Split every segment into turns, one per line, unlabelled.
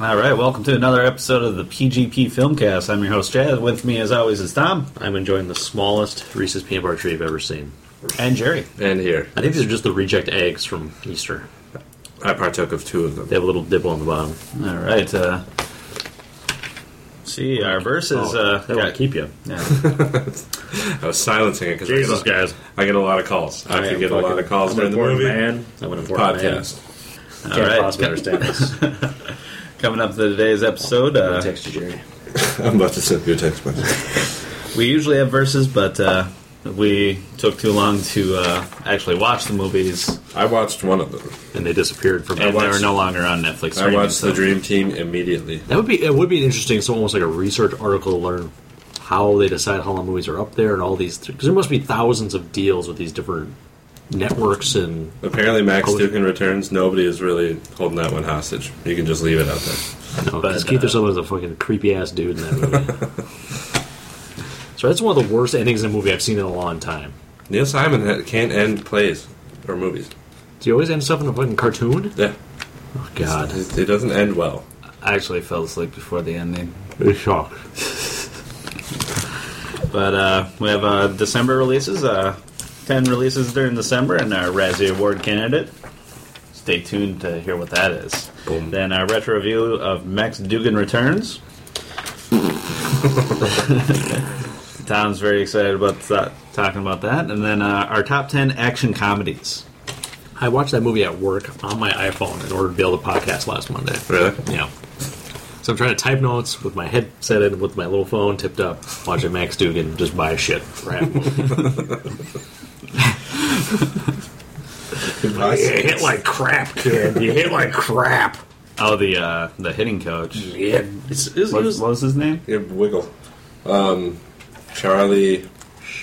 All right, welcome to another episode of the PGP Filmcast. I'm your host, Chad. With me, as always, is Tom
I'm enjoying the smallest Reese's peanut butter tree I've ever seen.
and Jerry.
And here.
I think these are just the reject eggs from Easter.
I partook of two of them.
They have a little dibble on the bottom.
All right. Uh, see, our verses.
Oh,
Uh,
they want to keep you.
yeah.
I was silencing it because
Jesus,
I, get a-
guys.
I get a lot of calls. I,
I
could
am
get a lot
fucking-
of calls
I'm an
during the
important
movie.
Man. I'm an important
Podcast.
All
man. Can't
right.
possibly understand this.
Coming up to today's episode, uh,
Text you, Jerry.
I'm about to send you a text message.
we usually have verses, but uh, we took too long to uh, actually watch the movies,
I watched one of them.
And they disappeared from.
and they
watched-
are no longer on Netflix.
I
streaming,
watched
so-
The Dream Team immediately.
That would be. It would be interesting. So almost like a research article to learn how they decide how long movies are up there and all these. Because there must be thousands of deals with these different networks and
Apparently, Max
Holy-
Dukin returns. Nobody is really holding that one hostage. You can just leave it out there.
No,
But,
because Keith
uh,
or someone's a fucking creepy ass dude in that movie. so that's one of the worst endings in a movie I've seen in a long time.
Neil Simon ha- can't end plays or movies.
Do you always end stuff in a fucking cartoon?
Yeah,
Oh god,
it, it doesn't end well.
I actually fell asleep before the ending.
it's shock.
But uh, we have uh, December releases, uh, 10 releases during December, and our Razzie Award candidate. Stay tuned to hear what that is.
Boom.
Then our retro review of Max Dugan Returns. Tom's very excited about that, talking about that. And then uh, our top 10 action comedies.
I watched that movie at work on my iPhone in order to be able to podcast last Monday.
Really?
Yeah. So I'm trying to type notes with my headset in, with my little phone tipped up, watching Max Dugan just buy shit for half a movie. You hit like crap, kid. You hit like crap.
Oh, the uh, the hitting coach.
Yeah. It's, it's,
What,
it
what
was,
was his name?
You have wiggle. Um, Charlie,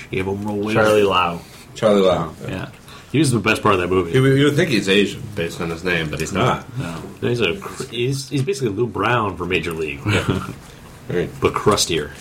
give him a win.
Charlie Lau.
Charlie Lau.
Yeah.
He was the best part of that movie.
You, you would think he's Asian based on his name, but he's not.
He's a cr- he's, he's basically Lou Brown for Major League,
Right.
but crustier.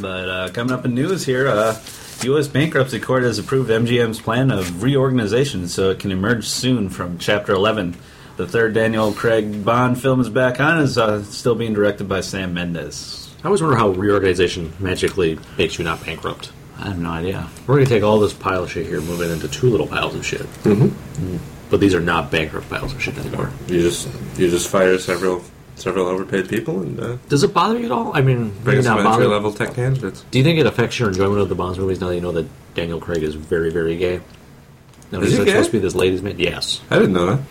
But uh, coming up in news here, uh, U.S. Bankruptcy Court has approved MGM's plan of reorganization so it can emerge soon from Chapter 11. The third Daniel Craig Bond film is back on, is uh, still being directed by Sam Mendes.
I always wonder how reorganization magically makes you not bankrupt.
I have no idea.
We're gonna take all this pile of shit here, move it into two little piles of shit. Mm-hmm. But these are not bankrupt piles of shit anymore.
You just you just fire several several overpaid people and uh,
Does it bother you at all? I mean,
bring
maybe
us some
not
entry
bother.
level tech candidates.
Do you think it affects your enjoyment of the Bonds movies now that you know that Daniel Craig is very, very gay? No,
Is
he's
he
not
gay?
supposed to be this ladies' man. Yes.
I didn't know that.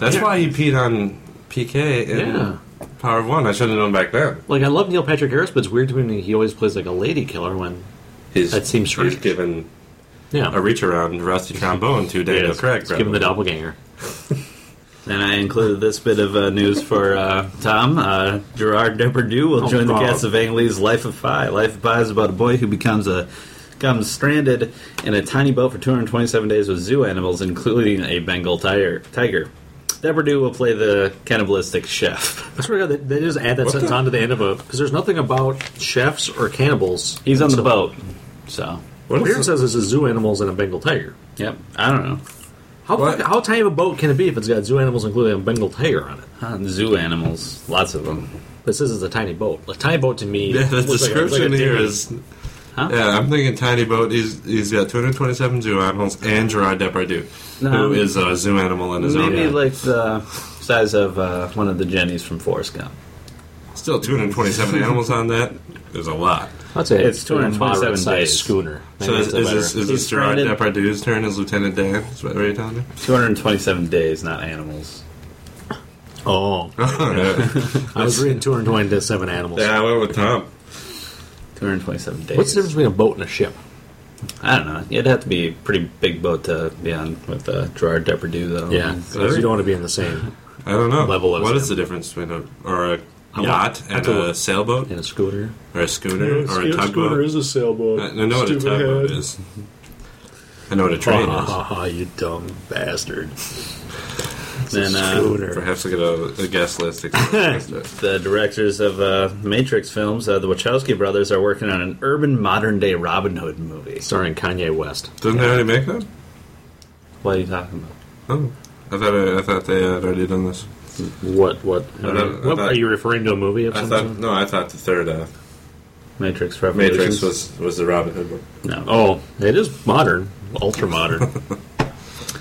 That's
Oh, yeah.
why he peed on PK in
Yeah.
Power of One. I should have known back then.
Like I love Neil Patrick Harris, but it's weird to me he always plays like a lady killer when
He's,
That seems strange.
He's given
yeah.
a reach around Rusty Trombone to Daniel
Yes.
Craig.
Let's give him the doppelganger.
And I included this bit of uh, news for uh, Tom. Uh, Gerard Depardieu will
Oh,
join the
God.
cast of Ang Lee's Life of Pi. Life of Pi is about a boy who becomes a becomes stranded in a tiny boat for 227 days with zoo animals, including a Bengal tiger. tiger. Depardieu will play the cannibalistic chef.
I swear to God, they, they just add that sentence
the-
onto the end of a because there's nothing about chefs or cannibals.
He's on the
So-
boat, so
What
Weird
is
says it's a zoo animals and a Bengal tiger.
yep. I don't know.
How
What?
fuck- how tiny of a boat can it be if it's got zoo animals including a Bengal tiger on it?
Huh, zoo animals, lots of them.
This is it's a tiny boat. A tiny boat to me.
yeah, the
looks like a-
description
like a
here
dinghy.
is. Yeah, I'm thinking tiny boat. He's he's got 227 zoo animals and Gerard Depardieu,
Um,
who is a zoo animal in his own.
Maybe
right.
like the size of uh, one of the Jennies from Forrest Gump.
Still 227 animals on that. There's a lot.
I'd say
It's
it's 227
227
size
days.
schooner.
So
Maybe
is,
that's a
is this
better-
is
He's
this Gerard
branded-
Depardieu's turn as Lieutenant Dan? Is that what you're telling me?
227 days, not animals.
oh, I was reading 227 animals.
yeah, I went with Tom.
227 days.
What's the difference between a boat and a ship?
I don't know. It'd have to be a pretty big boat to be on with uh, Gerard Depardieu, though.
Yeah,
Really?
you don't want to be in the same
I don't know.
Level of
What
his
is the difference between a or a yacht and
that's a-
a sailboat
in a schooner.
or a scooter or a
scooter
tugboat?
is a sailboat.
I I know what a
Stupid
tugboat
head.
is. I know what a train
ha,
is.
ha, ha, Oh, you dumb bastard.
Then uh,
Schooner.
Perhaps I get a, a guest list. except-
the directors of uh, Matrix films, uh, the Wachowski brothers, are working on an urban modern day Robin Hood movie.
Starring Kanye West.
Didn't they already make that?
What are you talking about?
Oh, I thought I, I thought they had already done this.
What what
I don't- I
what
thought-
are you referring to a movie of
I
some
thought
sort?
no, I thought the third uh,
Matrix Revolutions.
Matrix was was the Robin Hood one.
no.
Oh, it is modern, ultra modern.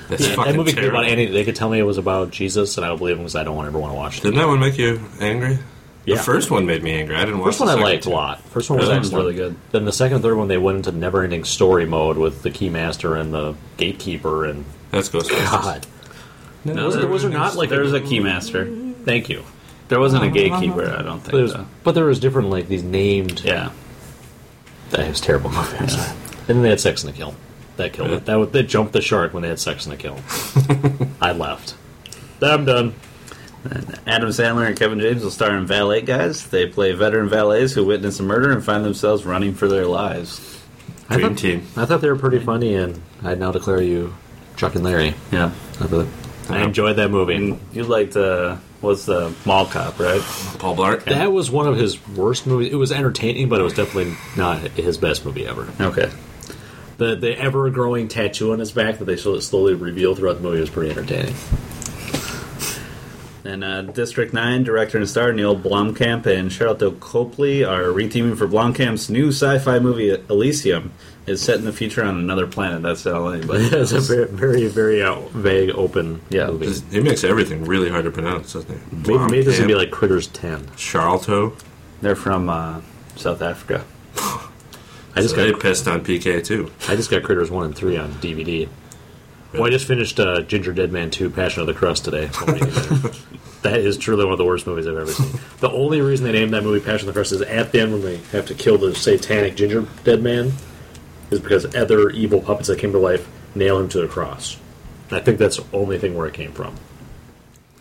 That's
Yeah, that movie could be about any. They could tell me it was about Jesus, and I would believe them because I don't ever want to watch it.
Didn't that one make you angry?
Yeah.
The first one made me angry. I didn't watch
First
the
one I
second
liked a
two.
lot. First one was
That one's
excellent.
really good.
Then the second and third one, they went into never-ending story mode with the Keymaster and the Gatekeeper, and
That's Ghostbusters.
God,
No,
those,
that-
those are not like
there was a keymaster.
Thank you.
There wasn't a gatekeeper. I don't
But,
think.
there's,
So.
but there was different like these named.
Yeah.
That was terrible movies. And then they had Sex and the Kill. That killed it. That wa- that jumped the shark when they had Sex and the Kill. I left. I'm done.
Adam Sandler and Kevin James will star in Valet Guys. They play veteran valets who witness a murder and find themselves running for their lives.
I
Dream
thought,
team.
I thought they were pretty funny, and I now declare you Chuck and Larry.
Yeah.
I, thought- Mm. I enjoyed that movie.
And you liked uh, what's the mall cop, right?
Paul Blart.
that was one of his worst movies. It was entertaining, but it was definitely not his best movie ever.
Okay.
The the ever growing tattoo on his back that they sl- slowly reveal throughout the movie was pretty entertaining.
And uh, District 9 director and star Neil Blomkamp and Charlotte Copley are reteaming for Blomkamp's new sci-fi movie Elysium. It's set in the future on another planet. That's all anybody
It was a
knows.
very very, very uh, vague open
Yeah,
movie.
Just- He makes everything really hard to pronounce, doesn't he?
Maybe, maybe this would be
Blomkamp,
like Critters Ten.
Charlto.
They're from uh, South Africa.
I just
So they
got
pissed on PK too.
I just got Critters One and Three on DVD. Well, I just finished uh, Ginger Dead Man Two: Passion of the Crust today. that is truly one of the worst movies I've ever seen. The only reason they named that movie Passion of the Crust is at the end when they have to kill the satanic Ginger Dead Man, is because other evil puppets that came to life nail him to the cross. I think that's the only thing where it came from.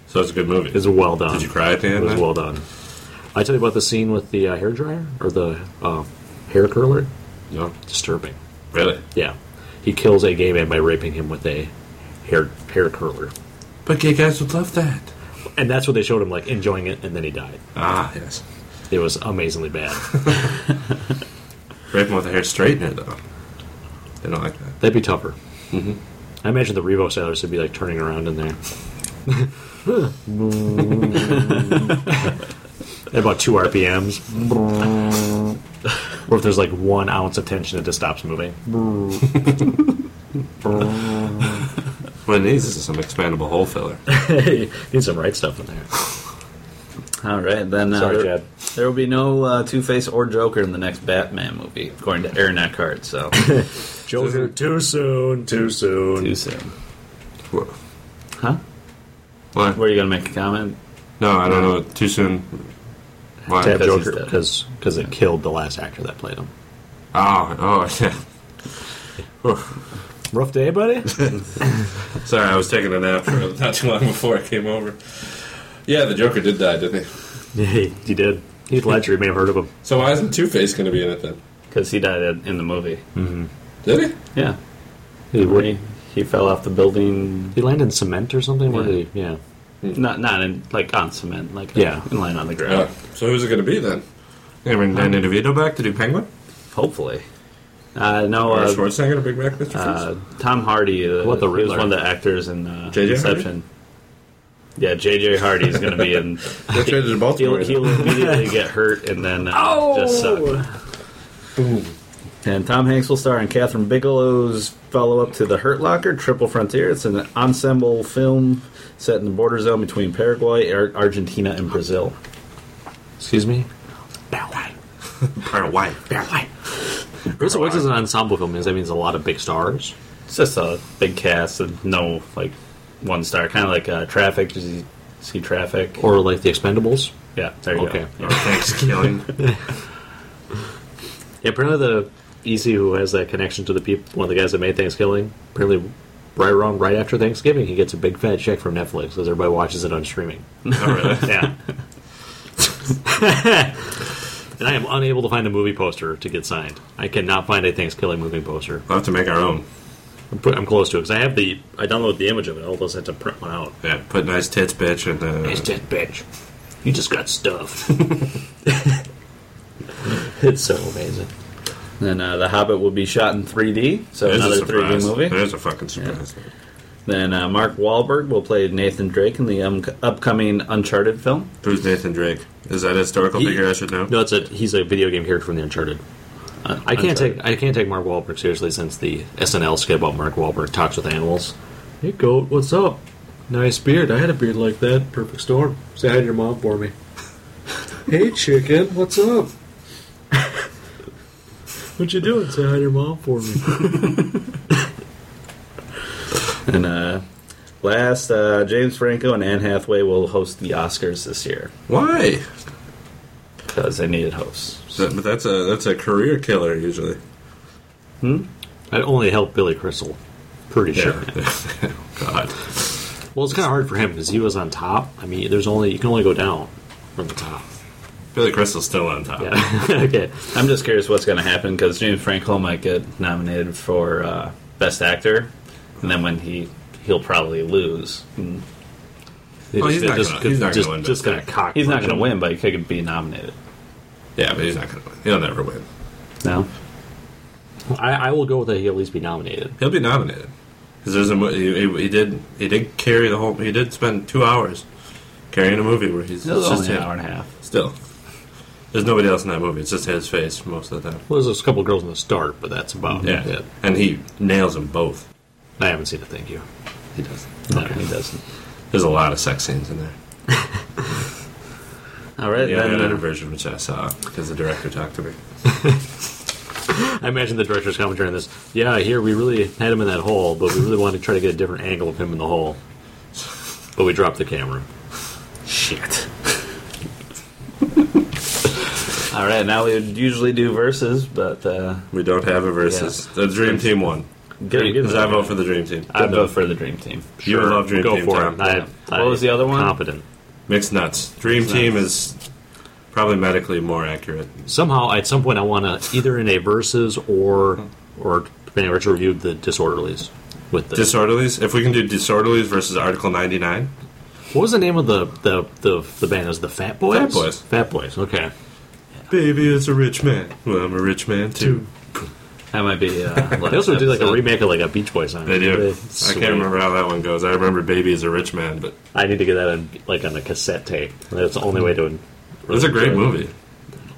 So it's a good movie.
It's well done.
Did you cry at the
It
end?
was
then?
well done. I tell you about the scene with the uh, hair dryer or the uh, hair curler.
No,
Disturbing.
really.
Yeah, he kills a gay man by raping him with a hair hair curler,
But gay guys would love that.
and that's what they showed him like enjoying it, and then he died.
Ah, yes.
It was amazingly bad.
Rape 'em with a hair straightener though. They don't like that.
That'd be tougher. Mm-hmm. I imagine the Revo sailors would be like turning around in there. At about two RPMs. or if there's like one ounce of tension, it just stops moving.
What it needs is some expandable hole filler.
Need some right stuff in there.
All right, then. Uh,
Sorry,
there,
Chad.
there will be no uh, Two Face or Joker in the next Batman movie, according to Aaron Eckhart. So
Joker, too soon, too soon.
too soon,
Wha-
huh?
Why?
Were you gonna make a comment?
No, I don't know. Too soon. Why?
to have
Because he's
Joker
dead.
because because it killed the last actor that played him.
Oh, oh, yeah.
Rough day, buddy.
Sorry, I was taking a nap for not too long before I came over. Yeah, the Joker did die, didn't he?
he, he did. Heath Ledger. You may have heard of him.
So why isn't Two Face going to be in it then?
Because he died in in the movie.
Did he?
Yeah,
He, what-
he, he fell off the building.
he landed in cement or something. Where
Yeah.
did he? Yeah.
Not not in like on cement, like
Yeah.
in line on the ground.
Oh, so who's it going to be then? Hmm. They bring Danny DeVito back to do Penguin?
Hopefully, uh, no.
Or
Uh,
Schwarzenegger to bring back Mr.
uh,
Freeze?
Tom Hardy, uh,
What, the
he was
Riddler?
one of the actors in uh,
J.J.
Inception. Yeah, JJ Hardy is going to be in.
They traded to
He'll,
Baltimore.
he'll immediately get hurt and then uh, just suck.
Boom.
And Tom Hanks will star in Catherine Bigelow's follow up to The Hurt Locker, Triple Frontier. It's an ensemble film set in the border zone between Paraguay, Ar- Argentina, and Brazil.
Excuse me. Barry.
Or why?
Barry. This works as an ensemble film because that means a lot of big stars.
It's just a big cast and no like one star, kind of like uh, Traffic. Did you see Traffic?
Or like the Expendables.
yeah, there you
Okay.
go.
Or Oh, thanks, killing.
Yeah, apparently the EC who has that connection to the people, one of the guys that made Thanksgiving, apparently right around right after Thanksgiving, he gets a big fat check from Netflix because everybody watches it on streaming.
Oh, really?
Yeah. and I am unable to find a movie poster to get signed. I cannot find a Thanksgiving movie poster.
We'll have to make our own.
I'm, put, I'm close to it because I have the. I downloaded the image of it. Although I had to print one out.
Yeah, put nice tits, bitch, and uh,
It's dead bitch. You just got stuffed. it's so amazing.
And uh, The Hobbit will be shot in 3D, so
there's a
another 3D
surprise.
movie.
There's a fucking surprise.
Then uh, Mark Wahlberg will play Nathan Drake in the um, upcoming Uncharted film.
Who's Nathan Drake? Is that a historical
He-
figure I should know?
No, it's a he's a video game character from the Uncharted.
Uh,
I can't
Uncharted.
take I can't take Mark Wahlberg seriously since the SNL skit about Mark Wahlberg talks with animals. Hey goat, what's up? Nice beard. I had a beard like that. Perfect storm. Say hi to your mom for me. hey chicken, what's up? what you doing? Say hi to your mom for me.
And uh, last, uh, James Franco and Anne Hathaway will host the Oscars this year
Why?
because they needed hosts.
That- but that's a that's a career killer usually.
I only helped Billy Crystal. Pretty sure.
God.
Well, it's kind of hard for him because he was on top. I mean, there's only you can only go down from the top.
Billy Crystal's still on top.
Yeah. okay.
I'm just curious what's going to happen because James Franco might get nominated for uh, Best Actor, and then when he he'll probably lose. And
They
Oh,
just-
he's
they
not
just-
gonna- he's not
just-
gonna win
Just
that.
gonna cock.
He's not
punch
going to
him.
win, but he could be nominated.
Yeah, but he's not gonna win. He'll never win.
No,
I, I will go with that. He at least be nominated.
He'll be nominated because there's a mo- he, he, he did he did carry the whole he did spend two hours carrying a movie where he's
it was
it's just
only
him.
an hour and a half.
Still, there's nobody else in that movie. It's just his face most of the time.
Well, there's a couple girls in the start, but that's about
Yeah,
it.
and he nails them both.
I haven't seen it. Thank you.
He does.
No, he doesn't.
There's a lot of sex scenes in there.
All right,
The
then.
unedited
uh,
version, which I saw because the director talked to me.
I imagine the director's commentary on this. Yeah, here we really had him in that hole, but we really wanted to try to get a different angle of him in the hole. But we dropped the camera.
Shit.
all right, now we would usually do verses, but uh,
We don't have a versus. The Dream Team won.
Good.
Because I vote for the Dream Team.
I'd vote for the Dream Team.
You love Dream
go
Team,
for
Tom.
it. I,
What was the other one?
Competent.
Mixed nuts. Dream Team is probably medically more accurate.
Somehow, at some point, I want to either in a versus or or depending on which review the disorderlies with the
Disorderlies. If we can do Disorderlies versus Article 99,
What was the name of the the the, the band? It was the Fat Boys?
Fat Boys.
Fat Boys. Okay.
baby, it's a rich man. Well, I'm a rich man too.
That might be. Uh,
They also did like a
episode.
remake of like a Beach Boys song.
They do. I
Sweet.
can't remember how that one goes. I remember Baby is a rich man, but
I need to get that on, like on a cassette tape. That's the only way to.
it's a great movie.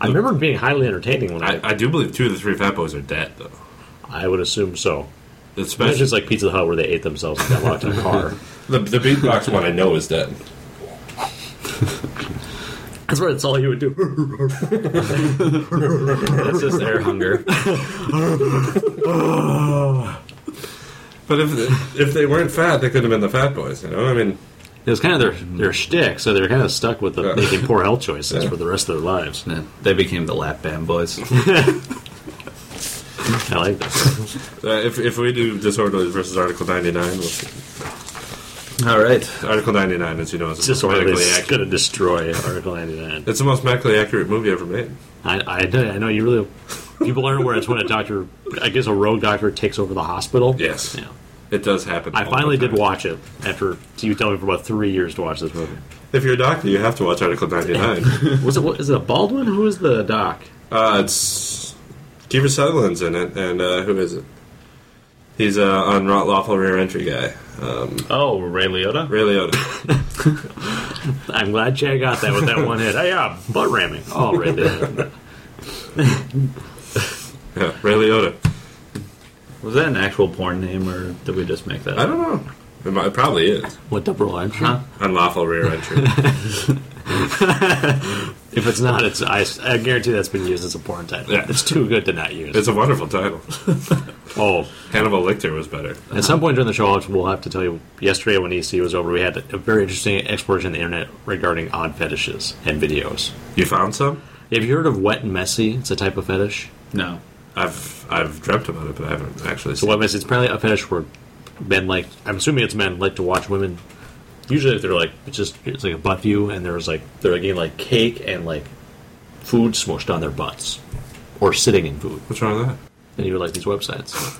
I remember it being highly entertaining when I.
I, I do believe two of the three Fat Boys are dead though.
I would assume so. It's
Especially
just like Pizza Hut where they ate themselves and got locked in a car.
the the beatbox one I know is dead.
That's right. That's all he would do.
That's just air hunger.
But if if they weren't fat, they could have been the Fat Boys. You know, I mean,
It was kind of their their shtick, so they're kind of stuck with the,
Yeah.
making poor health choices for the rest of their lives.
Yeah, they became the lap band boys.
I like that.
uh, if if we do Disorderly versus Article 99, we'll,
All right.
Article 99, as you know, is the most
Disorderly
medically
is
accurate.
going to destroy Article 99.
It's the most medically accurate movie ever made.
I, I, know- I know you really. People aren't aware it's when a doctor, I guess a rogue doctor, takes over the hospital.
Yes.
Yeah.
It does happen.
I
all
finally
the
did
time.
watch it after you told me for about three years to watch this movie.
If you're a doctor, you have to watch Article 99.
Was it what, is it a Baldwin? Who is the doc?
uh, it's Kiefer Sutherland's in it, and uh, who is it? He's uh, on lawful rear entry guy.
Oh, Ray Liotta.
Ray Liotta.
I'm glad Chad got that with that one hit. Oh, yeah, butt ramming. Oh, right there.
yeah, Ray Liotta.
Was that an actual porn name, or did we just make that?
I
up?
don't know. It, might, it probably is
What double arm?
Huh?
unlawful rear entry.
If it's not, it's I, I guarantee that's been used as a porn title.
Yeah.
It's too good to not use.
it's a wonderful title.
oh,
Hannibal Lecter was better.
At some point during the show, we'll have to tell you. Yesterday, when EC was over, we had a very interesting exploration of the internet regarding odd fetishes and videos.
You found some?
Have you heard of wet and messy? It's a type of fetish.
No.
I've I've dreamt about it, but I haven't actually.
So
Seen
wet messy. It's apparently a fetish where men like. I'm assuming it's men like to watch women. Usually, if they're like it's just it's like a butt view, and there's like they're getting like cake and like food smushed on their butts, or sitting in food.
it. What's wrong with that?
and you would like these websites.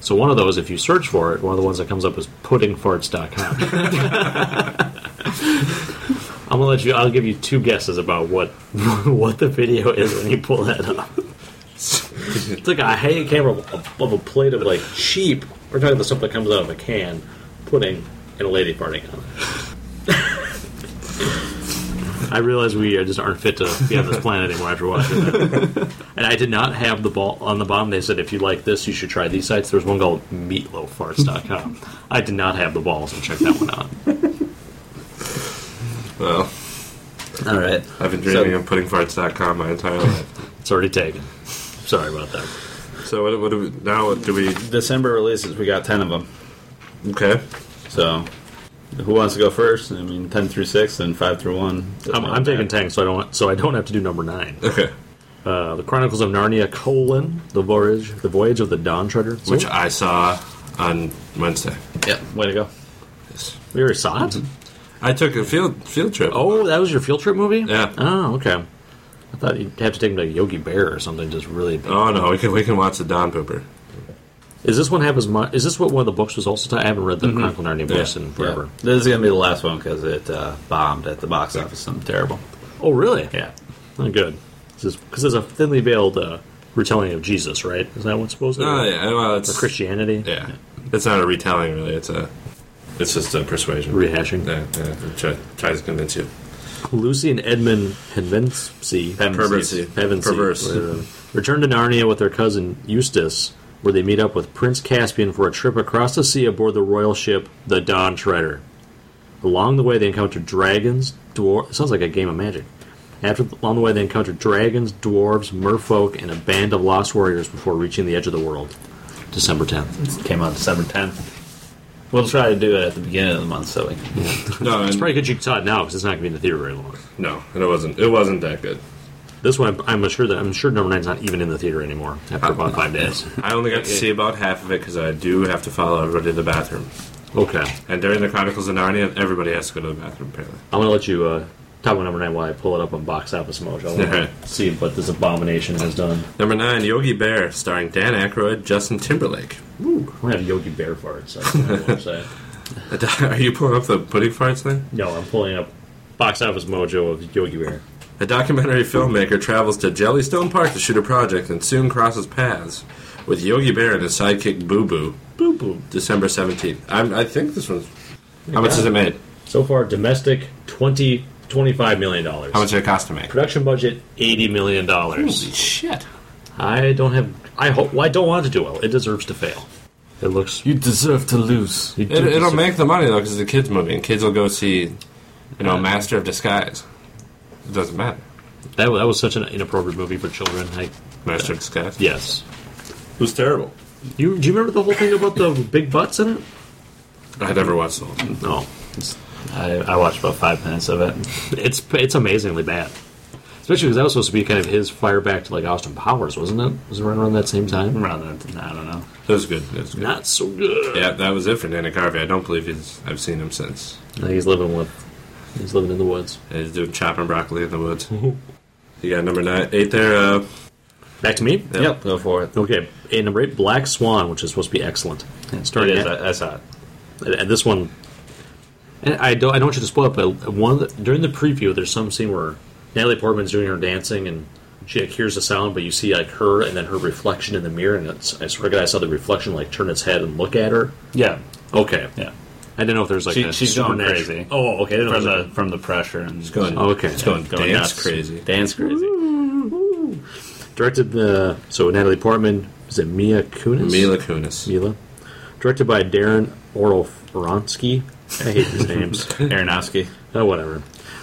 So one of those, if you search for it, one of the ones that comes up is puddingfarts.com. I'm gonna let you. I'll give you two guesses about what what the video is when you pull that up. It's like a hanging camera of of a plate of like cheap. We're talking about stuff that comes out of a can pudding and a lady farting on it. I realize we uh, just aren't fit to be on this planet anymore after watching that. And I did not have the ball on the bottom. They said, if you like this, you should try these sites. There was one called meatloaffarts.com. I did not have the balls to check that one out.
Well,
All right.
I've been dreaming
So-
of putting farts.com my entire life.
It's already taken. Sorry about that.
So what, what do we, now? What do we?
December releases, we got 10 of them.
Okay.
So, who wants to go first? I mean, 10 through 6 and 5 through 1.
I'm, I'm taking ten, so I don't so I don't have to do number nine.
Okay.
Uh, the Chronicles of Narnia: colon the voyage the voyage of the Dawn Treader,
Which
So-
I saw on Wednesday.
Yep, way to go.
we already saw it.
I took a field field trip.
Oh, that was your field trip movie.
Yeah.
Oh, okay. I thought you'd have to take him to Yogi Bear or something. Just really.
Oh no, we can we can watch the Don Pooper.
Is this one have as much? Is this what one of the books was also? ti- I haven't read the Chronicle of Narnia books
Mm-hmm. Yeah,
in
Yeah.
forever.
This is going to be the last one because it uh, bombed at the box office. Something terrible.
Oh, really?
Yeah.
Oh, good. This is because there's a thinly veiled uh, retelling of Jesus, right? Is that what's supposed to?
Oh yeah, well
Or
it's
Christianity.
yeah. It's not a retelling really. It's a it's just a persuasion.
Rehashing.
Yeah, yeah. it Try, tries to convince you.
Lucy and Edmund Pevensey,
Pevensey.
Pevensey,
Perverse.
whatever, return to Narnia with their cousin Eustace, where they meet up with Prince Caspian for a trip across the sea aboard the royal ship, the Dawn Treader. Along the way, they encounter dragons, dwarves. Sounds like a game of magic. After along the way, they encounter dragons, dwarves, merfolk, and a band of lost warriors before reaching the edge of the world. December tenth.
It came out December 10th. We'll try to do it at the beginning of the month so we can.
No,
It's
and,
probably good you saw it now because it's not going to be in the theater very long.
no, and it wasn't. It wasn't that good.
This one, I'm, I'm sure that I'm sure number nine's not even in the theater anymore after about five days.
I only got to see about half of it because I do have to follow everybody to the bathroom.
Okay.
And during the Chronicles of Narnia, everybody has to go to the bathroom apparently.
I'm gonna let you uh, talk about number nine while I pull it up on Box Office Mojo. I wanna see what this abomination has done.
Number nine, Yogi Bear, starring Dan Aykroyd, Justin Timberlake.
I'm gonna have Yogi Bear farts. so I don't know what to say.
Are you pulling up the pudding farts thing?
No, I'm pulling up Box Office Mojo of Yogi Bear.
A documentary filmmaker travels to Jellystone Park to shoot a project and soon crosses paths with Yogi Bear and his sidekick Boo Boo.
Boo boo.
December 17th. I'm, I think this one's. How much is it made?
So far, domestic 20, 25 million dollars.
How much did it cost to make?
Production budget eighty million dollars.
shit.
I don't have. I hope. Well, I don't want it to do well. It deserves to fail. It looks.
You deserve to lose.
you do
It, it'll
deserve-
make the money, though, because it's a kids' movie, and kids will go see, you know, Master of Disguise. It doesn't matter.
that. That was such an inappropriate movie for children. I,
Master of Disguise?
yes.
It was terrible.
You do you remember the whole thing about the big butts in it?
I never watched the whole thing.
No.
I, I watched about five minutes of it.
It's it's amazingly bad. Especially because that was supposed to be kind of his fire back to like Austin Powers, wasn't it? Was it right around that same time?
Around that, I don't know.
It was good. It was good.
Not so good.
Yeah, that was it for Nana Carvey. I don't believe he's, I've seen him since.
I think he's living with. He's living in the woods.
He's doing chopping broccoli in the woods. you got number nine, eight there. Uh,
Back to me.
Yep, go for it.
Okay, and number eight, Black Swan, which is supposed to be excellent.
It
Starting
is. uh,
at,
I, I saw it.
and this one, and I don't I don't want you to spoil it, but one of the, during the preview, there's some scene where Natalie Portman's doing her dancing and. She like, hears the sound, but you see like her and then her reflection in the mirror, and it's, I swear to God, I saw the reflection like turn its head and look at her.
Yeah,
Okay,
yeah.
I didn't know if there's like
She-
a
she's going
supernatural-
crazy.
Oh, okay. I didn't know
From
there was
the from the pressure and it's
going-
Okay.
it's
oh, going dance
nuts.
crazy.
Dance crazy.
a- directed the so Natalie Portman is it Mia Kunis?
Mila Kunis.
Mila. Directed by Darren Orofsky. I hate these names.
Aronofsky.
Oh, whatever.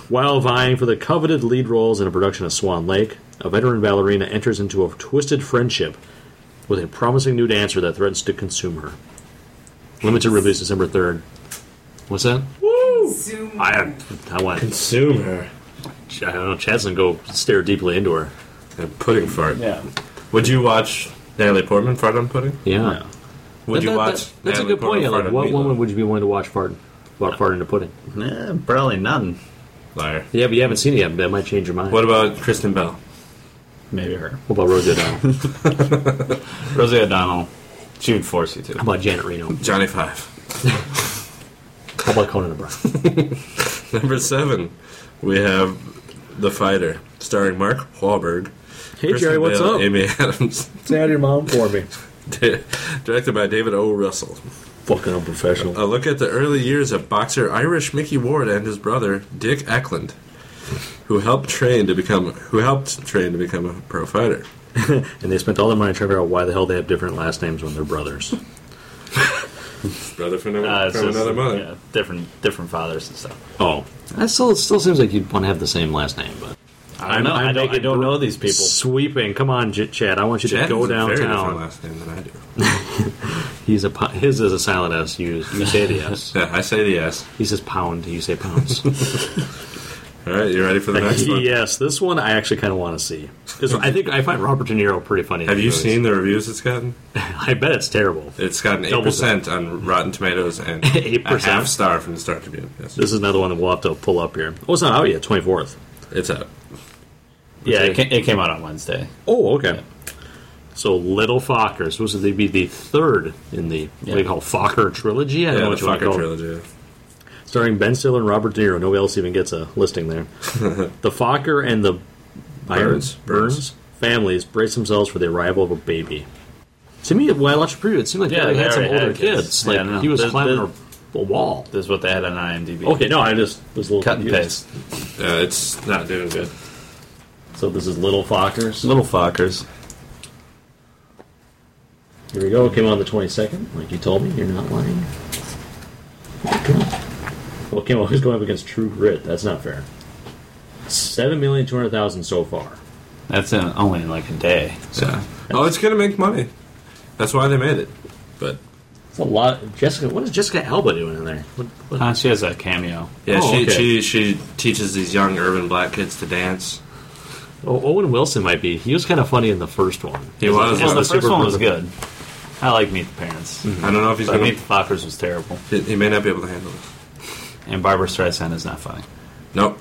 While vying for the coveted lead roles in a production of Swan Lake, a veteran ballerina enters into a twisted friendship with a promising new dancer that threatens to consume her. Limited release December third. What's that?
Zoom.
I I want
Consume her.
I don't know. Chad's gonna go stare deeply into her.
A pudding fart.
Yeah.
Would you watch Natalie Portman fart on pudding?
Yeah.
No.
Would
That-
you
that-
watch?
that- that's a good point. Yeah, like, what woman would you be willing to watch fart, fart, fart into pudding?
Eh, probably none.
Liar.
Yeah, but you haven't seen it yet. That might change your mind.
What about Kristen Bell?
Maybe her.
What about Rosie O'Donnell? How
Rosie O'Donnell. She would force you to.
about Janet Reno?
Johnny Five.
How about Conan O'Brien?
Number seven, we have The Fighter, starring Mark Wahlberg.
Hey, Jerry, what's up?
Amy Adams.
Say hi to your mom for me.
Directed by David O. Russell.
Fucking unprofessional.
A look at the early years of boxer Irish Mickey Ward and his brother Dick Eklund, who helped train to become who helped train to become a pro fighter.
and they spent all their money trying to figure out why the hell they have different last names when they're brothers.
Brother from, another-
Uh, it's
from
just,
another mother.
yeah, different different fathers and stuff.
Oh, that still still seems like you'd want to have the same last name, but
I don't know. I don't, I
making
don't
br-
know these people.
Sweeping, come on, J- Chad. I want you
Chad
to go
has a very different
downtown.
last name than I do.
He's a po- his is a silent s. You you say the s.
Yeah, I say the yes.
He says pound. You say pounds.
All right, you ready for the next one?
yes, this one I actually kind of want to see because I think I find Robert De Niro pretty funny. in
Have you
movies.
seen the reviews it's gotten?
I bet it's terrible.
It's gotten eight
Double
percent on Rotten Tomatoes and
8%?
a half star from the Star Tribune. Yes,
This is another one that we'll have to pull up here. Oh, it's not out yet. Twenty fourth.
it's out.
Yeah, it came, it came out on Wednesday.
Oh, okay. So Little Fokker is supposed to be the third in the what do you
Yeah.
call it, Fokker trilogy? I don't
Yeah,
know
the
what you want to
Fokker
call it.
trilogy.
starring Ben Stiller and Robert De Niro. Nobody else even gets a listing there. the Fokker and the
Burns.
Burns
Burns.
families brace themselves for the arrival of a baby. To me, when I watched the preview, it seemed like
Yeah,
they
they
had some
already
older
had kids.
kids.
Yeah,
Like
I know.
he was
The-
climbing
the-
a, a wall.
This is what they had on IMDb.
Okay, no, I just was a little
cut and
confused.
paste.
Uh, it's not doing good.
So this is Little Fockers.
Little fuckers.
Here we go. It came on the 22nd, like you told me. You're not lying. Well, Kimmel is going up against True Grit. That's not fair. 7,200,000 so far.
That's in, only in like a day. So
Yeah. Oh, it's gonna make money. That's why they made it. But
It's a lot. Jessica, what is Jessica Alba doing in there? What, what-
Uh, she has a cameo.
yeah,
Oh,
she,
okay.
she she teaches these young urban black kids to dance.
oh, Owen Wilson might be. He was kind of funny in the first one.
He was.
Well,
Yeah,
the Mm-hmm.
the
first
Super
one was
Brother.
good. I like Meet the Parents.
I don't know if he's
But
gonna.
Meet the Fockers was terrible.
he, he may not be able to handle it.
And Barbara Streisand is not funny.
Nope.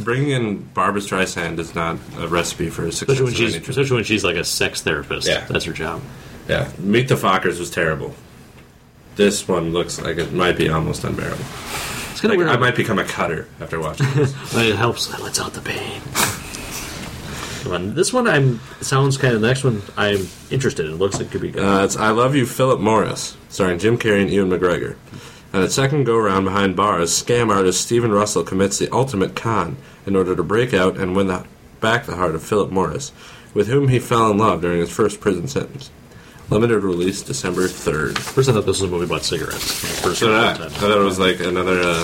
Bringing in Barbara Streisand is not a recipe for success.
Especially when
of
she's
any-
especially when she's like a sex therapist.
Yeah.
that's her job.
Yeah, Meet the Fockers was terrible. This one looks like it might be almost unbearable.
It's kind
Like,
of weird.
I
how-
might become a cutter after watching this.
But it helps. It lets out the pain. Come on. This one I'm sounds kind of the next one I'm interested in. It looks like it could be good.
uh, it's I Love You, Philip Morris, starring Jim Carrey and Ewan McGregor. On its second go round behind bars, scam artist Stephen Russell commits the ultimate con in order to break out and win the, back the heart of Philip Morris, with whom he fell in love during his first prison sentence. Limited release December 3rd.
First, I thought this was a movie about cigarettes. Like, First
So did I. I
time.
thought it was like another uh,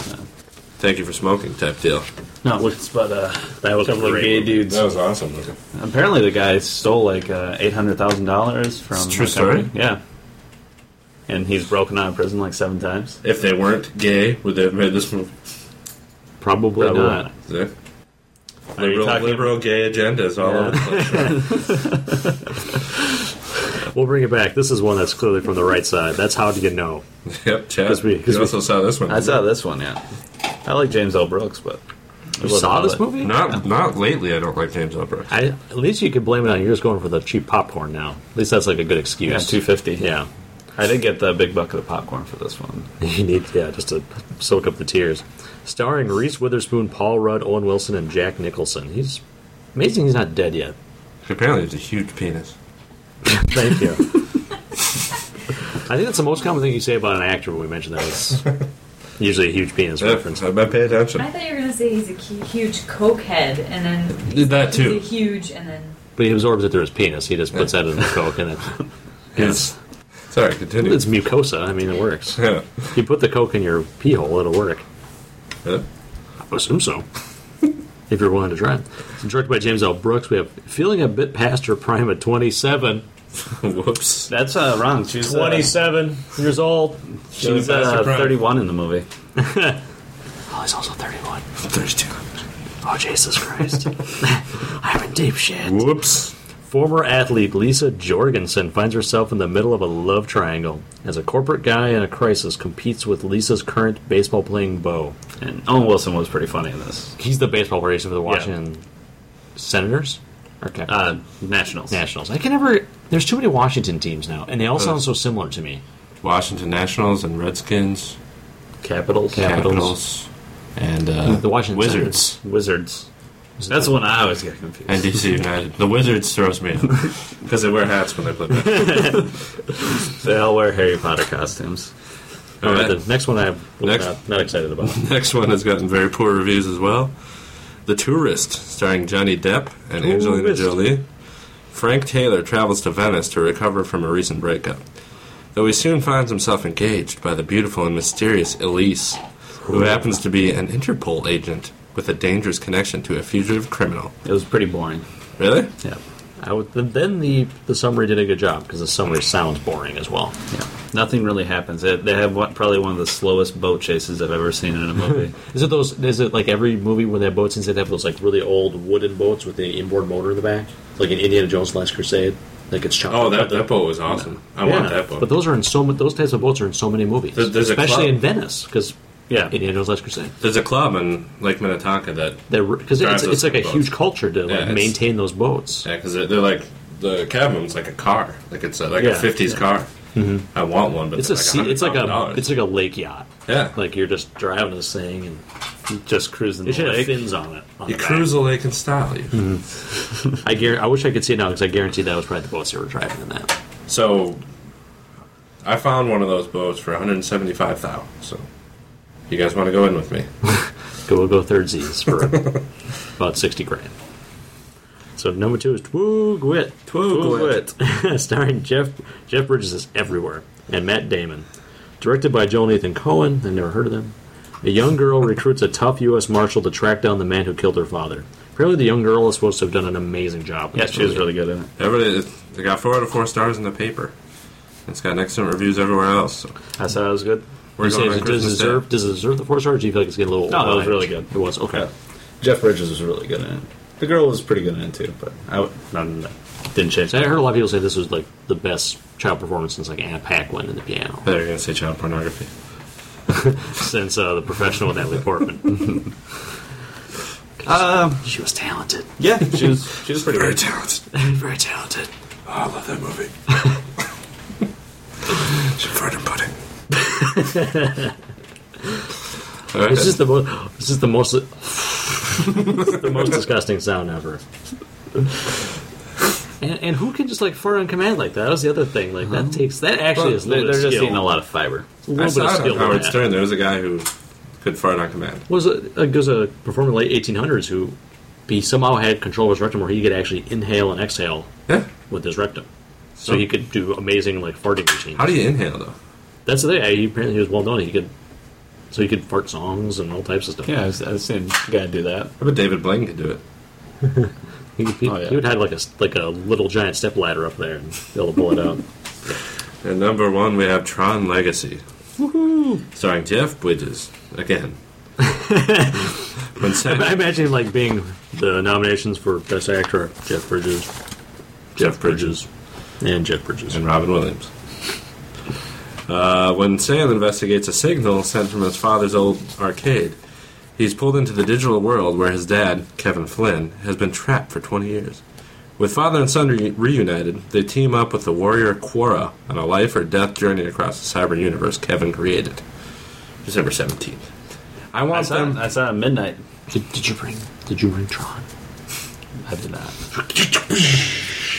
thank you for smoking type deal.
No, it's but uh,
That was
a couple of
great
gay
movie.
dudes. Oh.
was awesome looking.
Apparently, the guy stole like uh, eight hundred thousand dollars from.
It's a true
the company.
story?
Yeah. And he's broken out of prison like seven times.
If they weren't gay, would they have made this movie?
Probably,
Probably
not.
not.
Liberal,
Are you talking-
liberal gay agendas all
Yeah.
over the place.
We'll bring it back. This is one that's clearly from the right side. That's how do you know?
yep, Chad.
'Cause we- 'cause
you
we-
also saw this one.
I saw this one. Yeah. I like James L. Brooks, but it
You
wasn't
saw
all
this
that-
movie?
Not not lately. I don't like James L. Brooks.
I, at least you could blame it on you're just going for the cheap popcorn now. At least that's like a good excuse.
Yeah, two fifty.
Yeah.
I did get the big bucket of popcorn for this one.
You need, yeah, just to soak up the tears. Starring Reese Witherspoon, Paul Rudd, Owen Wilson, and Jack Nicholson. He's amazing. He's not dead yet.
Apparently, it's a huge penis.
Thank you. I think that's the most common thing you say about an actor when we mention that. It's usually a huge penis reference.
I might pay
I
attention.
thought you were gonna say he's a cu- huge cokehead, and then
Did that
he's a
too.
huge, and then
But he absorbs it through his penis. He just puts that in the coke, and it,
Yes. Sorry, continue.
it's mucosa. I mean, it works.
Yeah.
If you put the coke in your pee hole, it'll work.
Yeah.
I assume so. if you're willing to try it. It's directed by James L. Brooks. We have Feeling a Bit Past Her Prime at 27.
Whoops.
That's uh, wrong. She's uh,
27 years old.
she's
That's
uh,
a crime.
thirty-one in the movie.
Oh, he's also 31.
Thirty-two.
Oh, Jesus Christ. I'm in deep shit.
Whoops.
Former athlete Lisa Jorgensen finds herself in the middle of a love triangle as a corporate guy in a crisis competes with Lisa's current baseball playing beau.
And Owen Wilson was pretty funny in this.
He's the baseball player for the Washington Senators? Okay.
Uh, Nationals.
Nationals. I can never. There's too many Washington teams now, and they all sound so similar to me.
Washington Nationals and Redskins,
Capitals.
Capitals.
Capitals, and uh,
The Washington
Wizards
Wizards. That's the one I always get confused.
and DC United. The Wizards throws me because they wear hats when they play. basketball.
They all wear Harry Potter costumes.
All right,
Alright.
the next one I'm
Next.
Not, not excited about.
Next one has gotten very poor reviews as well. The Tourist, starring Johnny Depp and Angelina
Tourist.
Jolie. Frank Taylor travels to Venice to recover from a recent breakup, though he soon finds himself engaged by the beautiful and mysterious Elise, who happens to be an Interpol agent with a dangerous connection to a fugitive criminal.
It was pretty boring.
Really?
Yeah.
I would, then the, the summary did a good job because the summary sounds boring as well.
Yeah. Nothing really happens. They, they have one, probably one of the slowest boat chases I've ever seen in a movie.
Is it those? Is it like every movie when they have boat scenes? They have those like really old wooden boats with the inboard motor in the back, like in Indiana Jones: Last Crusade. Like it's chopped.
Oh,
up
that,
at the-
that boat was awesome. I want that boat.
But those are in so ma- those types of boats are in so many movies,
There- there's a
especially
club.
in Venice because
yeah.
Indiana Jones: Last Crusade.
There's a club in Lake Minnetonka that
They're because it's,
Drives
it's
those
like a
boats.
huge culture to
Yeah,
like
it's-
maintain those boats.
Yeah, because they're, they're like the cab one's like a car, like it's a, like a
Yeah, Mm-hmm.
'50s car. I want one, but
It's a
they're
sea, it's like a
$100,000.
it's like a lake yacht.
yeah.
Like you're just driving this thing and
Just cruising
it
the
should have
lake.
fins on it. on
you
the back.
cruise the lake in style. you-
Mm-hmm. I guar- I wish I could see it now because I guarantee that was probably the boats they were driving in that.
So I found one of those boats for 175 thou. So you guys want to go in with me?
Go we'll go third Z's for about sixty grand. So number two is Twogwit.
Twogwit.
starring Jeff Jeff Bridges is everywhere and Matt Damon, directed by Joel Nathan Cohen. I never heard of them. A young girl recruits a tough U.S. marshal to track down the man who killed her father. Apparently, the young girl is supposed to have done an amazing job. in
Yeah,
this
she was
movie.
really good in it.
Everybody, it got four out of four stars in the paper. It's got excellent reviews everywhere else. So
I thought it was good.
we're
You say,
going
does,
on
it does it
Christmas
deserve
Day.
does it deserve the four stars? Or do you feel like it's getting a little?
No, that was
overhyped?
really good.
It was okay.
Yeah. Jeff Bridges was really good in it. The girl was pretty good in it too, but I w- no, no, no. didn't change
So I
that.
heard a lot of people say this was like the best child performance since like Anna Paquin in the piano.
They're going to say child pornography.
since uh, the professional Natalie Portman. she was talented,
Um, Yeah, she was she was pretty
Very
good.
talented.
Hmm.
very talented.
Oh, I love that movie. Shepherd and pudding. All right.
This is the most. This is the most. the most disgusting sound ever. And, and who can just like fart on command like that? That was the other thing. Like that takes that actually
Well,
is a
They- They're
little bit of
just
skill.
eating a lot of fiber.
A
I
little
saw
bit of
it
skill.
on
in
Howard
that.
Stern. There was a guy who could fart on command.
was a, a, was a performer in the late 1800s who he somehow had control of his rectum where he could actually inhale and exhale
Yeah.
with his rectum. So he could do amazing like farting routines.
How do you inhale though?
That's the thing. He apparently he was well known. He could, so he could fart songs and all types of stuff.
Yeah, I was, I was seeing a guy do that.
I bet David Blaine could do it.
he, he,
Oh, yeah.
he would have like a s- like a little giant step ladder up there and be able to pull it out.
And number one, we have Tron Legacy. Woohoo! Starring Jeff Bridges again. when Sam,
I imagine him like being the nominations for best actor: Jeff Bridges, Jeff Bridges, and Jeff Bridges.
and Robin Williams. Uh, when Sam investigates a signal sent from his father's old arcade, he's pulled into the digital world where his dad, Kevin Flynn, has been trapped for 20 years. With father and son re- reunited, they team up with the warrior Quora on a life or death journey across the cyber universe Kevin created. December 17th. I
I
want
saw,
them.
I saw it at midnight.
Did, did you bring? Did you bring Tron?
I did not.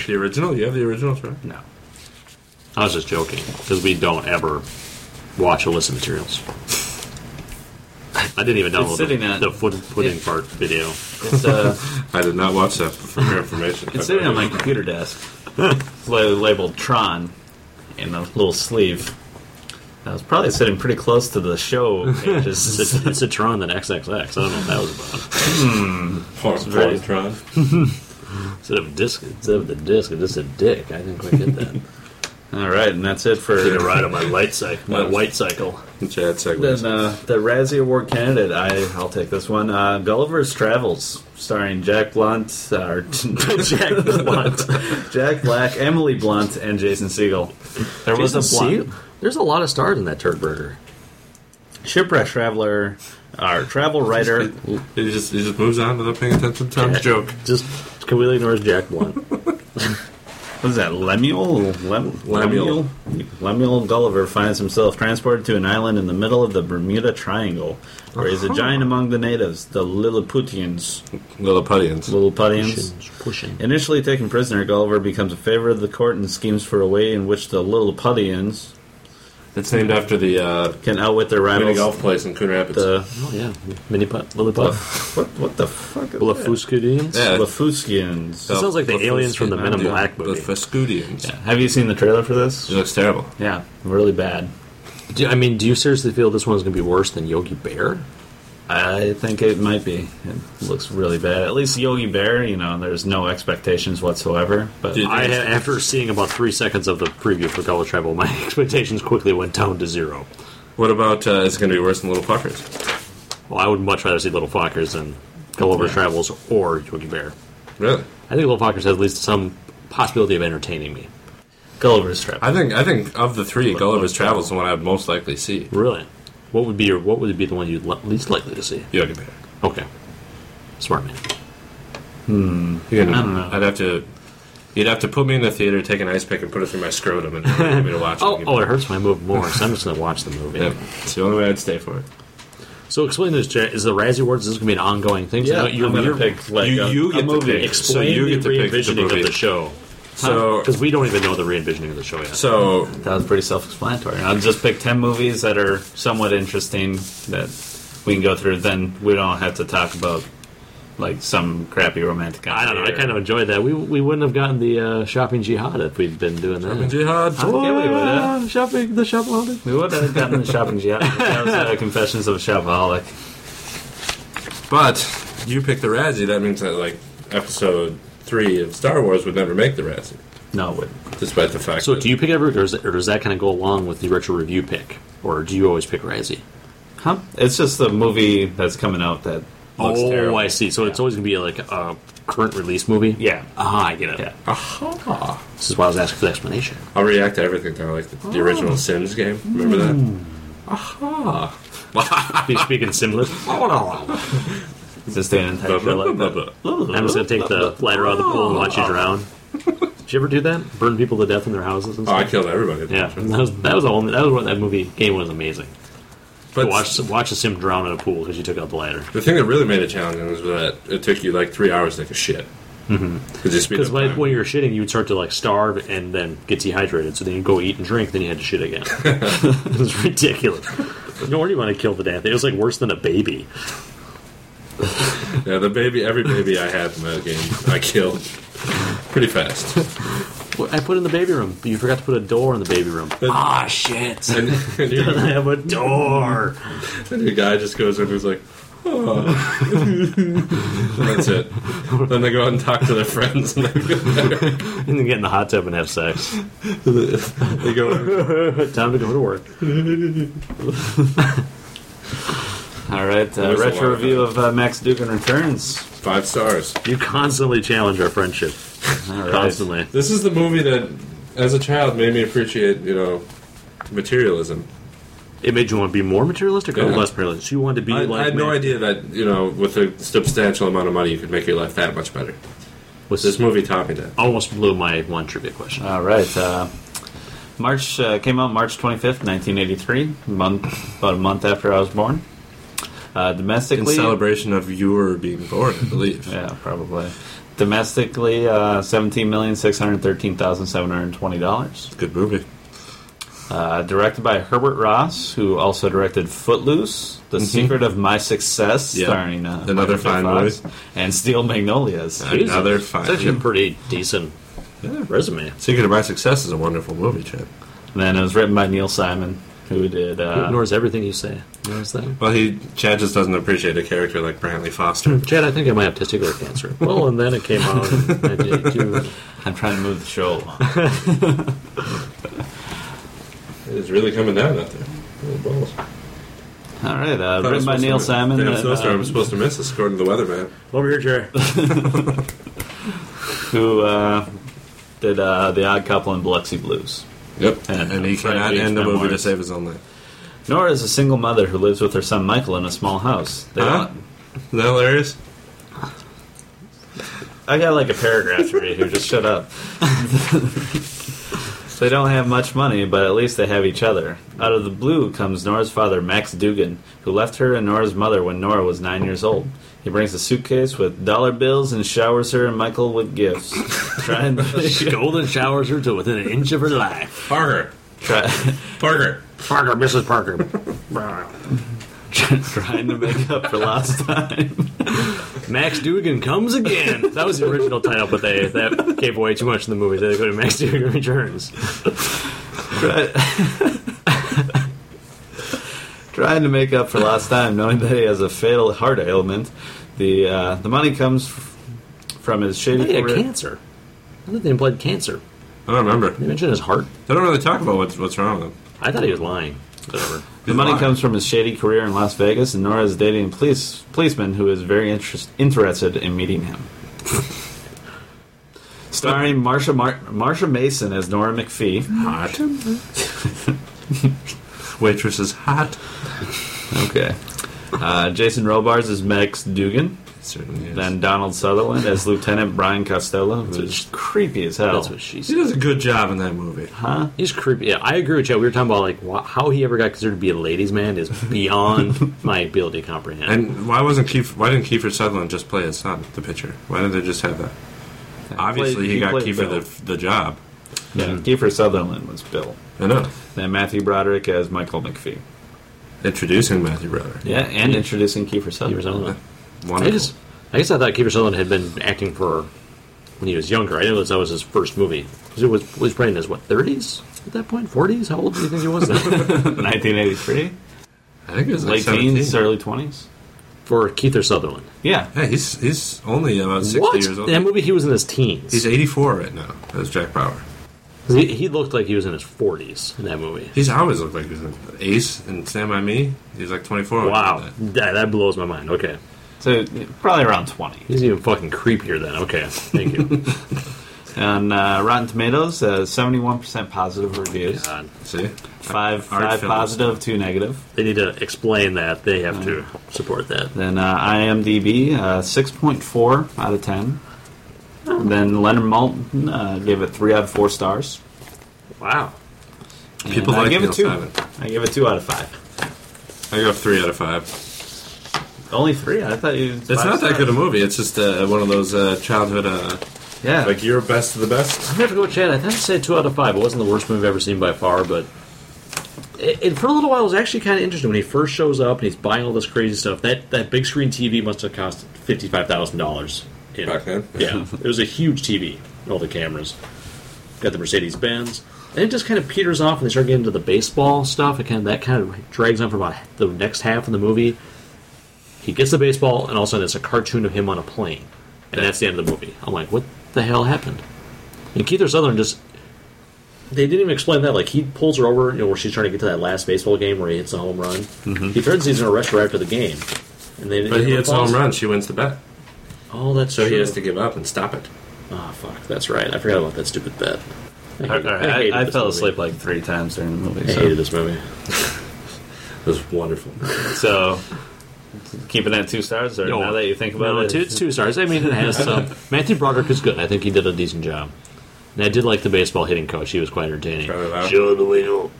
The original? You have the original, Troy?
No.
I was just joking because we don't ever watch or listen to materials. I didn't even download
sitting
the,
on-
the foot, pudding
it-
fart video.
It's uh,
I did not watch that for your information.
it's sitting on my computer desk. It's la- labeled Tron in a little sleeve. I was probably sitting pretty close to the show pages.
It's a, it's a Tron that XXX. I don't know what that was about.
Porn-
very-
Porn-tron.
Instead of disc, instead of the disc, it's just a dick. I didn't quite get that.
All right, and that's it for
ride on my light cycle,
my white
cycle.
Chad segues.
Then uh, the Razzie Award candidate, I, I'll take this one. Uh, Gulliver's Travels, starring Jack Blunt, uh, or Jack Blunt, Jack Black, Emily Blunt, and Jason Siegel. There was a Blunt
There's a lot of stars in that turd burger.
shipwreck traveler, or travel writer.
He just he just moves on without paying attention to Tom's joke.
Just completely ignores Jack Blunt.
What is that? Lemuel? Lem-
Lemuel.
Lemuel Gulliver finds himself transported to an island in the middle of the Bermuda Triangle, where he's a giant among the natives, the Lilliputians.
Lilliputians.
Lilliputians.
Pushing, pushing.
Initially taken prisoner, Gulliver becomes a favorite of the court and schemes for a way in which the Lilliputians
It's named after the uh,
Can outwit their
mini
rivals.
golf place in Coon Rapids.
The
Oh yeah, mini putt, lily
what?
putt, Uh,
What? What the fuck? is that?
Blafuskidians.
Yeah.
Lafuskians.
It sounds like the aliens from the Men in
Yeah,
Black movie.
The Fascudians.
Yeah. Have you seen the trailer for this?
It looks terrible.
Yeah, really bad.
Do- I mean, do you seriously feel this one's going to be worse than Yogi Bear?
I think it might be. It looks really bad. At least Yogi Bear, you know, there's no expectations whatsoever. But
Dude,
I had, after seeing about three seconds of the preview for Color Travel, my expectations quickly went down to zero.
What about uh, it's going to be worse than Little Fuckers?
Well, I would much rather see Little Fockers than Gulliver Travels or Yogi Bear.
Really?
I think Little Fockers has at least some possibility of entertaining me.
Gulliver's Trip.
I think I think of the three, Gulliver's Travels is the one I'd most likely see.
Really, what would be your, what would be the one you'd le- least likely to see?
Yogi Bear.
Okay, smart man.
You're gonna,
I don't know.
I'd have to. You'd have to put me in the theater, take an ice pick, and put it through my scrotum, and get me to watch.
Oh,
Yogi
oh,
Bear.
it hurts when I move more, so I'm just going to watch the movie.
Yeah, it's the only way I'd stay for it.
So explain this, Jared. Is the Razzie Awards is this going to be an ongoing thing? So
Yeah,
now
I'm gonna pick, like,
you-
a-
you
a
get to
movie.
pick.
Explain
So you
the
get to pick the
re-envisioning
movie.
of the show.
So,
Because we don't even know the re-envisioning of the show yet.
so
That was pretty self-explanatory. And I'll just pick ten movies that are somewhat interesting that we can go through. Then we don't have to talk about like some crappy romantic.
I don't know. I
comedy or-
kind of enjoyed that. We we wouldn't have gotten the uh, shopping jihad if we'd been doing that.
jihad.
Oh,
Yeah, we would have.
yeah, shopping the shop holding.
We would have gotten the shopping jihad. That was uh, Confessions of a Shopaholic.
But you pick the Razzie. That means that like episode three of Star Wars would never make the Razzie,
No, it wouldn't.
despite the fact.
So
that
do you pick every, or, is, or does that kind of go along with the retro review pick, or do you always pick Razzie?
Huh? It's just the movie that's coming out that looks
oh,
terrible.
I see. So it's always going to be like a current release movie.
Yeah.
Aha, I get it.
Yeah.
Aha.
This is why I was asking for the explanation.
I'll react to everything though, like the, the
Oh.
original Sims game. Remember
Hmm.
that? Aha.
Be speaking similar.
It's just an entire
Blah, blah,
trailer.
blah, blah,
I'm just gonna take the ladder out of the pool and watch you drown. Did you ever do that? Burn people to death in their houses and
Oh, I
stuff.
killed everybody.
yeah, that was that was the only that was what that movie game was amazing.
But
watch watch a sim drown in a pool because you took out the ladder.
the thing that really made it challenging was that it took you like three hours to take a shit. Mm-hmm.
Because when, when you were shitting, you would start to like starve and then get dehydrated. So then you go eat and drink, then you had to shit again. it was ridiculous. Nor do you want to kill the damn thing. It was like worse than a baby.
yeah, the baby, every baby I had in that game, I killed pretty fast.
Well, I put in the baby room, but you forgot to put a door in the baby room. ah shit! I
And, and your,
have a door.
and your guy just goes in and is like, oh. that's it. Then they go out and talk to their friends. And they,
and then get in the hot tub and have sex.
they go,
Time to go to work.
All right, uh,
Where's the
retro
water
review of uh, Max Dugan returns.
five stars.
You constantly challenge our friendship.
All right.
Constantly.
This is the movie that, as a child, made me appreciate, you know, materialism.
It made you want to be more materialistic or
Yeah.
less materialistic. You wanted to be
I,
like
I had no
Max-
idea that, you know, with a substantial amount of money, you could make your life that much better.
Was
This
this
movie taught me that.
almost blew my one trivia question.
All right. Uh, March uh, came out March 25th, 1983, month about a month after I was born. Uh,
In
domestically,
celebration of your being born, I believe.
yeah, probably. Domestically, uh, seventeen million six hundred thirteen thousand seven hundred twenty dollars.
Good movie.
Uh, directed by Herbert Ross, who also directed Footloose, The Secret of My Success,
Mm-hmm. Yeah.
starring uh,
Another
Michael J.
fine
Fox,
movie.
and Steel Magnolias.
Jesus.
Another
It's actually a
fine.
pretty decent resume.
Secret of My Success is a wonderful movie, Chad.
And then it was written by Neil Simon, who did
He
uh,
ignores everything you say. Notice that?
Well, he Chad just doesn't appreciate a character like Brantley Foster.
Chad, I think I might have testicular cancer. well, and then it came out. And I did too.
I'm trying to move the show along.
It's really coming down out there. Oh, balls.
All right, uh,
Thought I was
written by
supposed
Neil
to-
Simon.
Damn
uh,
snowstorm! I'm supposed to miss this, according to the weatherman.
Over here, Jerry.
who uh, did uh, The Odd Couple and Biloxi Blues.
Yep.
And-
Uh, And, he
Frank
cannot
Reed's
end the movie to
memoirs.
save his own life.
Nora is a single mother who lives with her son Michael in a small house. They
Huh?
all-
Is that hilarious?
I got like a paragraph to read here. Just shut up. they don't have much money, but at least they have each other. Out of the blue comes Nora's father, Max Dugan, who left her and Nora's mother when Nora was nine years old. He brings a suitcase with dollar bills and showers her and Michael with gifts. Try and
Golden showers her to within an inch of her life.
Parker.
try,
Parker.
Parker, Mrs. Parker.
trying to make up for lost time.
Max Dugan comes again. That was the original title, but they that gave away too much in the movie. They go to Max Dugan Returns.
trying to make up for lost time, knowing that he has a fatal heart ailment. The uh, the money comes f- from his shady
He had
career-
cancer. I thought they implied cancer.
I don't remember.
They mentioned his heart.
They don't really talk about what's, what's wrong with him.
I thought he was lying. Whatever.
The money
Why?
comes from his shady career in Las Vegas, and Nora is dating a police policeman who is very interest, interested in meeting him. Starring Marsha Mar- Marsha Mason as Nora McPhee.
Hot. Waitress is hot.
Okay. Uh, Jason Robards as Max Dugan.
Certainly is.
Then Donald Sutherland as Lieutenant Brian Costello,
That's
who's creepy as hell.
That's what she
he
said.
does a good job in that movie.
Huh?
He's creepy. Yeah, I agree with you. We were talking about like wh- how he ever got considered to be a ladies' man is beyond my ability to comprehend.
And why wasn't Keith? Why didn't Kiefer Sutherland just play his son, the pitcher? Why didn't they just have that? Obviously,
played-
he,
he
got
played
Kiefer
Bill.
the, the job.
Yeah. Kiefer Sutherland was Bill.
I know.
Then Matthew Broderick as Michael McPhee.
Introducing Matthew Broderick.
Yeah, and introducing Kiefer
Kiefer
Sutherland.
Sutherland. I
uh, Wonderful.
just, I guess I thought Kiefer Sutherland had been acting for when he was younger. I didn't realize that was his first movie. 'Cause He was he was probably in his what thirties at that point, forties. How old do you think he was then?
1983?
I think it was like
Late
17.
teens, early 20s?
for Keith or Sutherland?
Yeah.
Yeah, he's he's only about sixty
what?
years old.
In that movie, he was in his teens.
He's eighty four right now. That's Jack Bauer.
'Cause he, he looked like he was in his forties in that movie.
He's always looked like he's an ace and Sam by Me. He's like twenty four.
Wow, Oh, that, that blows my mind. Okay,
So probably around 20.
he's even fucking creepier then. Okay, thank you.
On uh, Rotten Tomatoes, uh, 71% positive reviews.
God.
See,
Five,
Art
five
films.
positive, two negative.
They need to explain that. They have to support that.
Then uh, IMDb, uh, 6.4 out of 10. Then Leonard Malton uh, gave it 3 out of 4 stars.
Wow.
And
People
I
like
give
Neil
it 2.
Simon.
I give it 2 out of 5.
I go three out of five.
Only 3? I thought you.
It's not that good a movie. It's just uh, one of those uh, childhood, uh,
Yeah.
like your best of the best.
I'm gonna have to go chat. I thought I said two out of five. It wasn't the worst movie I've ever seen by far, but it, it, for a little while it was actually kind of interesting when he first shows up and he's buying all this crazy stuff. That that big screen TV must have cost fifty five thousand dollars
Back then?
Yeah, it was a huge TV. All the cameras. Got the Mercedes Benz, and it just kind of peters off, and they start getting into the baseball stuff. It kind of that kind of drags on for about the next half of the movie. He gets the baseball, and all of a sudden it's a cartoon of him on a plane, and that's the end of the movie. I'm like, what the hell happened? And Keith or Sutherland just. They didn't even explain that. Like he pulls her over, you know, where she's trying to get to that last baseball game where he hits a home run. He threatens he's gonna arrest her after the game, and they.
Mm-hmm. But he
everyone
hits a home
falls.
run. She wins the bet.
Oh, that's
So
true.
he has to give up and stop it.
Ah, fuck, that's right. I forgot about that stupid bet. I,
All
hated-
right,
I hated
I, I,
this
fell
movie.
asleep like three times during the movie.
I
so-
hated this movie.
It was wonderful.
So, keeping it at two stars, or
Yo,
now that you think about
Well,
it,
two, it's two stars. I mean, it has some. Matthew Broderick is good. I think he did a decent job. And I did like the baseball hitting coach. He was quite entertaining.
Charlie Lau.
Show the wheel.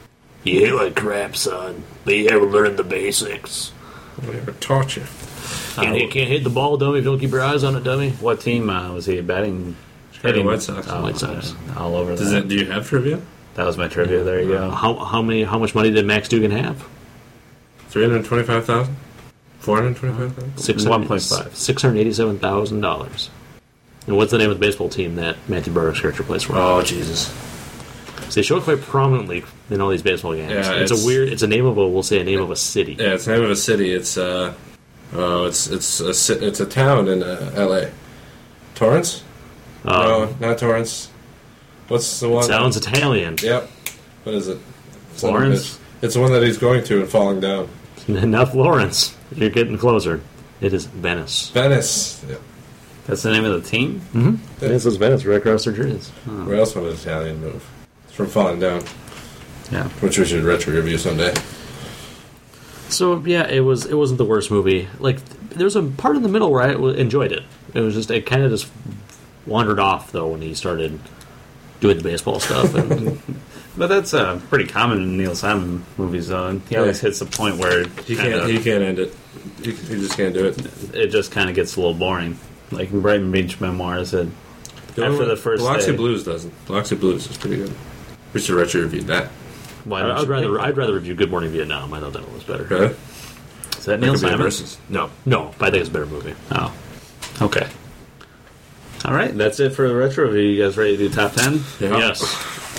You hit like crap, son, but you ever learn the basics.
Whatever taught you.
And you can't hit the ball, dummy, if you don't keep your eyes on it, dummy.
what team uh, was he batting?
Chicago White Sox.
White Sox.
yeah, uh, all over
Does
that.
it, do you have trivia?
that was my trivia. There you go.
Uh, How, how many? How much money did Max Dugan have?
325,000? 425,000?
Six
One point five.
Six hundred eighty-seven thousand dollars. And what's the name of the baseball team that Matthew Broderick's character plays for?
Oh, Jesus.
So they show it quite prominently in all these baseball games.
Yeah,
it's,
it's-
a weird. It's a name of a. We'll say a name of a city.
Yeah, it's the name of a city. It's, uh, oh, it's, it's, a, ci- it's a town in uh, L.A. Torrance?
Um,
no, not Torrance. What's the one?
sounds Italian.
Yep. What is it? Son of a
Florence?
bitch. It's the one that he's going to and falling down.
Not Florence. You're getting closer. It is Venice.
Venice. Yep.
That's the name of the team.
Venice is Venice, right across their jerseys.
Where else would an Italian move? It's from falling down,
Yeah.
which we should retro review someday.
So yeah, it was. It wasn't the worst movie. Like th- there was a part in the middle where I w- enjoyed it. It was just. It kind of just wandered off though when he started doing the baseball stuff. And
But that's uh, pretty common in Neil Simon movies. Though he always
Yeah.
hits a point where
He
kinda-
can't. He can't end it. He, he just can't do it.
it just kind of gets a little boring. Like in Brighton Beach Memoirs, it After the first
Biloxi
day.
Blues doesn't. Biloxi Blues is pretty good. We should retro review that.
Well, I'd, I'd rather I'd rather review Good Morning Vietnam. I thought that one was better.
Okay.
Is that
That
Neil
could be a
Simon?
versus.
No, no, but I think it's a better movie.
Oh, okay. All right, that's it for the retro review. You guys ready to do top ten?
Yeah.
Yes,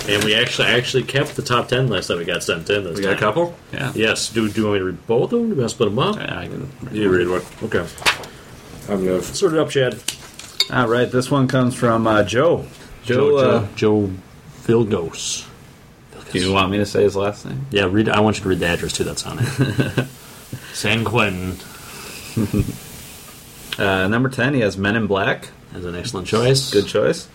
and we actually I actually kept the top ten last time we got sent in. This
We got a
time.
couple?
Yeah.
Yes. Do do you want me to read both of them? Do you want to split them up?
Yeah, I can-
You read one.
Okay.
I'm going to.
Sort it up, Chad.
All right, this one comes from uh, Joe. Joe, uh,
Joe Vilgos.
do you want me to say his last name?
Yeah, read. I want you to read the address too. That's on it. San Quentin
Uh, number ten, he has Men in Black.
is an excellent choice.
Good choice.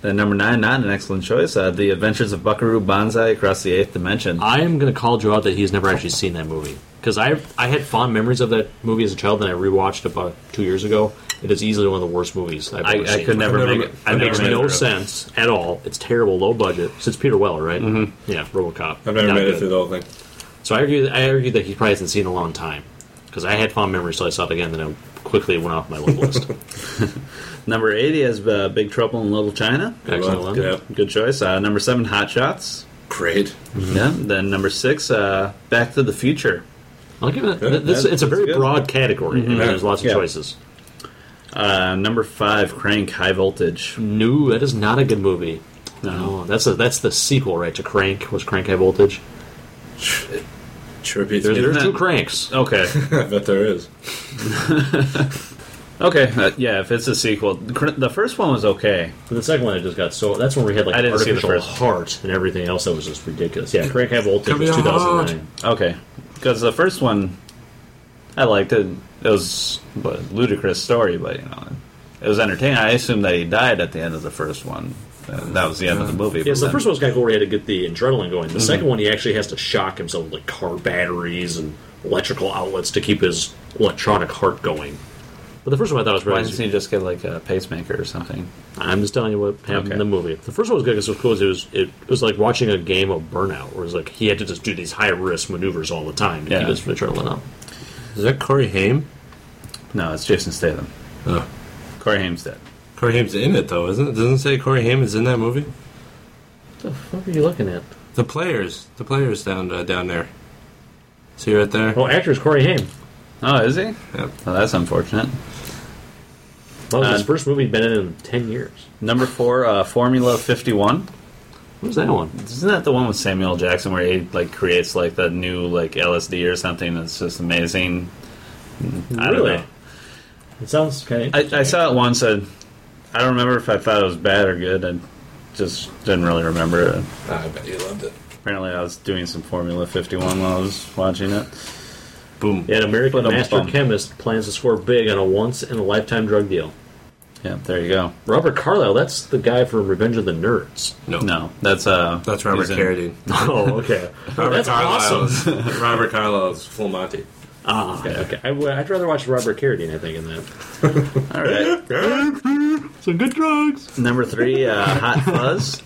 Then number nine, not an excellent choice. Uh, the Adventures of Buckaroo Banzai Across the Eighth Dimension.
I am going to call Joe out that he's never actually seen that movie because I I had fond memories of that movie as a child, and I rewatched it about two years ago. It is easily one of the worst movies I've
I,
ever seen.
I could never
I've never-
make it.
I've
never
It makes
made
no
through.
sense at all. It's terrible, low budget. Since Peter Weller, right? Mm-hmm. Yeah, RoboCop.
I've never
Not
made
good.
it through the whole thing.
So I argued, I argued that he probably hasn't seen it in a long time because I had fond memories, so I saw it again, then it quickly went off my little list.
Number eight, he has uh, Big Trouble in Little China.
Excellent
one.
one.
Yeah.
Good choice. Uh, number seven, Hot Shots.
Great.
Yeah. Then number six, uh, Back to the Future.
I'll give it. A, this,
that's-
it's a very
that's good.
broad category. I mean,
Yeah.
there's lots of
Yeah.
choices.
Uh, number five, Crank High Voltage.
No, that is not a good movie. No, that's a, that's the sequel, right? To Crank was Crank High Voltage.
Sure beats
There's,
me.
there's
that-
two Cranks.
Okay.
I bet there is.
okay. Uh, yeah, if it's a sequel. The cr- The first one was okay.
But the second one, I just got so. That's when we had like
I didn't see the
artificial
first
heart and everything else that was just ridiculous. Yeah, Crank High Voltage
Give me
was
a heart.
2009.
Okay. Because the first one, I liked it. It was a ludicrous story, but, you know, it was entertaining. I assumed that he died at the end of the first one. And that was the end of the movie.
Yeah,
but
so the
then-
first one's got Gory had to get the adrenaline going. The second one, he actually has to shock himself with like car batteries and electrical outlets to keep his electronic heart going. But the first one I thought was
Why
really.
doesn't he just get, like, a pacemaker or something?
I'm just telling you what happened
Okay.
in the movie. The first one was good because it was cool. 'cause It was it, was like watching a game of Burnout, where it was like he had to just do these high risk maneuvers all the time to
Yeah.
keep his adrenaline up.
Is that Corey Haim?
No, it's Jason Statham.
Oh.
Corey Haim's dead.
Corey Haim's in it, though, isn't it? Doesn't it say Corey Haim is in that movie?
What the fuck are you looking at?
The players. The players down uh, down there. See right there?
Oh, actor's Corey Haim.
Oh, is he?
Yep.
Well, that's unfortunate.
That was his
Uh,
first movie he'd been in in ten years.
Number four, uh, Formula 51.
What was that one?
Isn't that the one with Samuel Jackson where he like creates like the new like LSD or something that's just amazing? I don't know.
It sounds kind of.
I, I saw it once. I, I don't remember if I thought it was bad or good. I just didn't really remember it.
I bet you loved it.
Apparently, I was doing some Formula 51 while I was watching it.
Boom.
Yeah, an American
But I'm
master
bummed.
chemist plans to score big on a once in a lifetime drug deal.
Yeah, there you go.
Robert Carlyle, that's the guy from Revenge of the Nerds.
No.
No, that's uh,
That's Robert
he's in-
Carradine.
Oh, okay.
Robert
that's awesome.
Carlyle's- Robert Carlyle's Full Monty.
Ah, okay. okay. I, would rather watch Robert Carradine, I think, in that.
All right,
Some good drugs.
number three, uh, Hot Fuzz.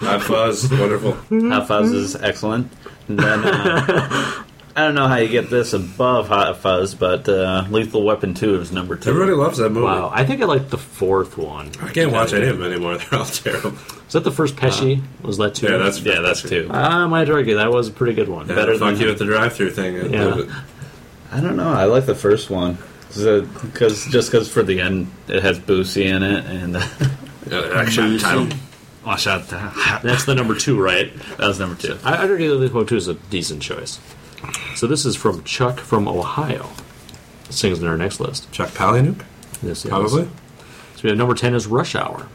Hot Fuzz, wonderful.
Hot Fuzz is excellent. And then, uh, I don't know how you get this above Hot Fuzz, but uh, Lethal Weapon 2 is number 2.
Everybody loves that movie.
Wow, I think I like the fourth one.
I can't watch any of them anymore. They're all terrible.
Is that the first Pesci? was that two?
Yeah, that's
yeah, that's 2.
I might argue that was a pretty good one.
yeah,
better
better fuck
than-
you at the drive-through thing.
Yeah.
I don't know. I like the first one. Because just because for the end it has Boosie in it and uh,
Yeah, actually, title.
oh, shut the- that
That's the number two, right?
was number two.
I, I'd argue that Lethal Weapon 2 is a decent choice. So this is from Chuck from Ohio. Sings in our next list.
Chuck Palahniuk,
This is-
probably.
So we have number 10 is Rush Hour,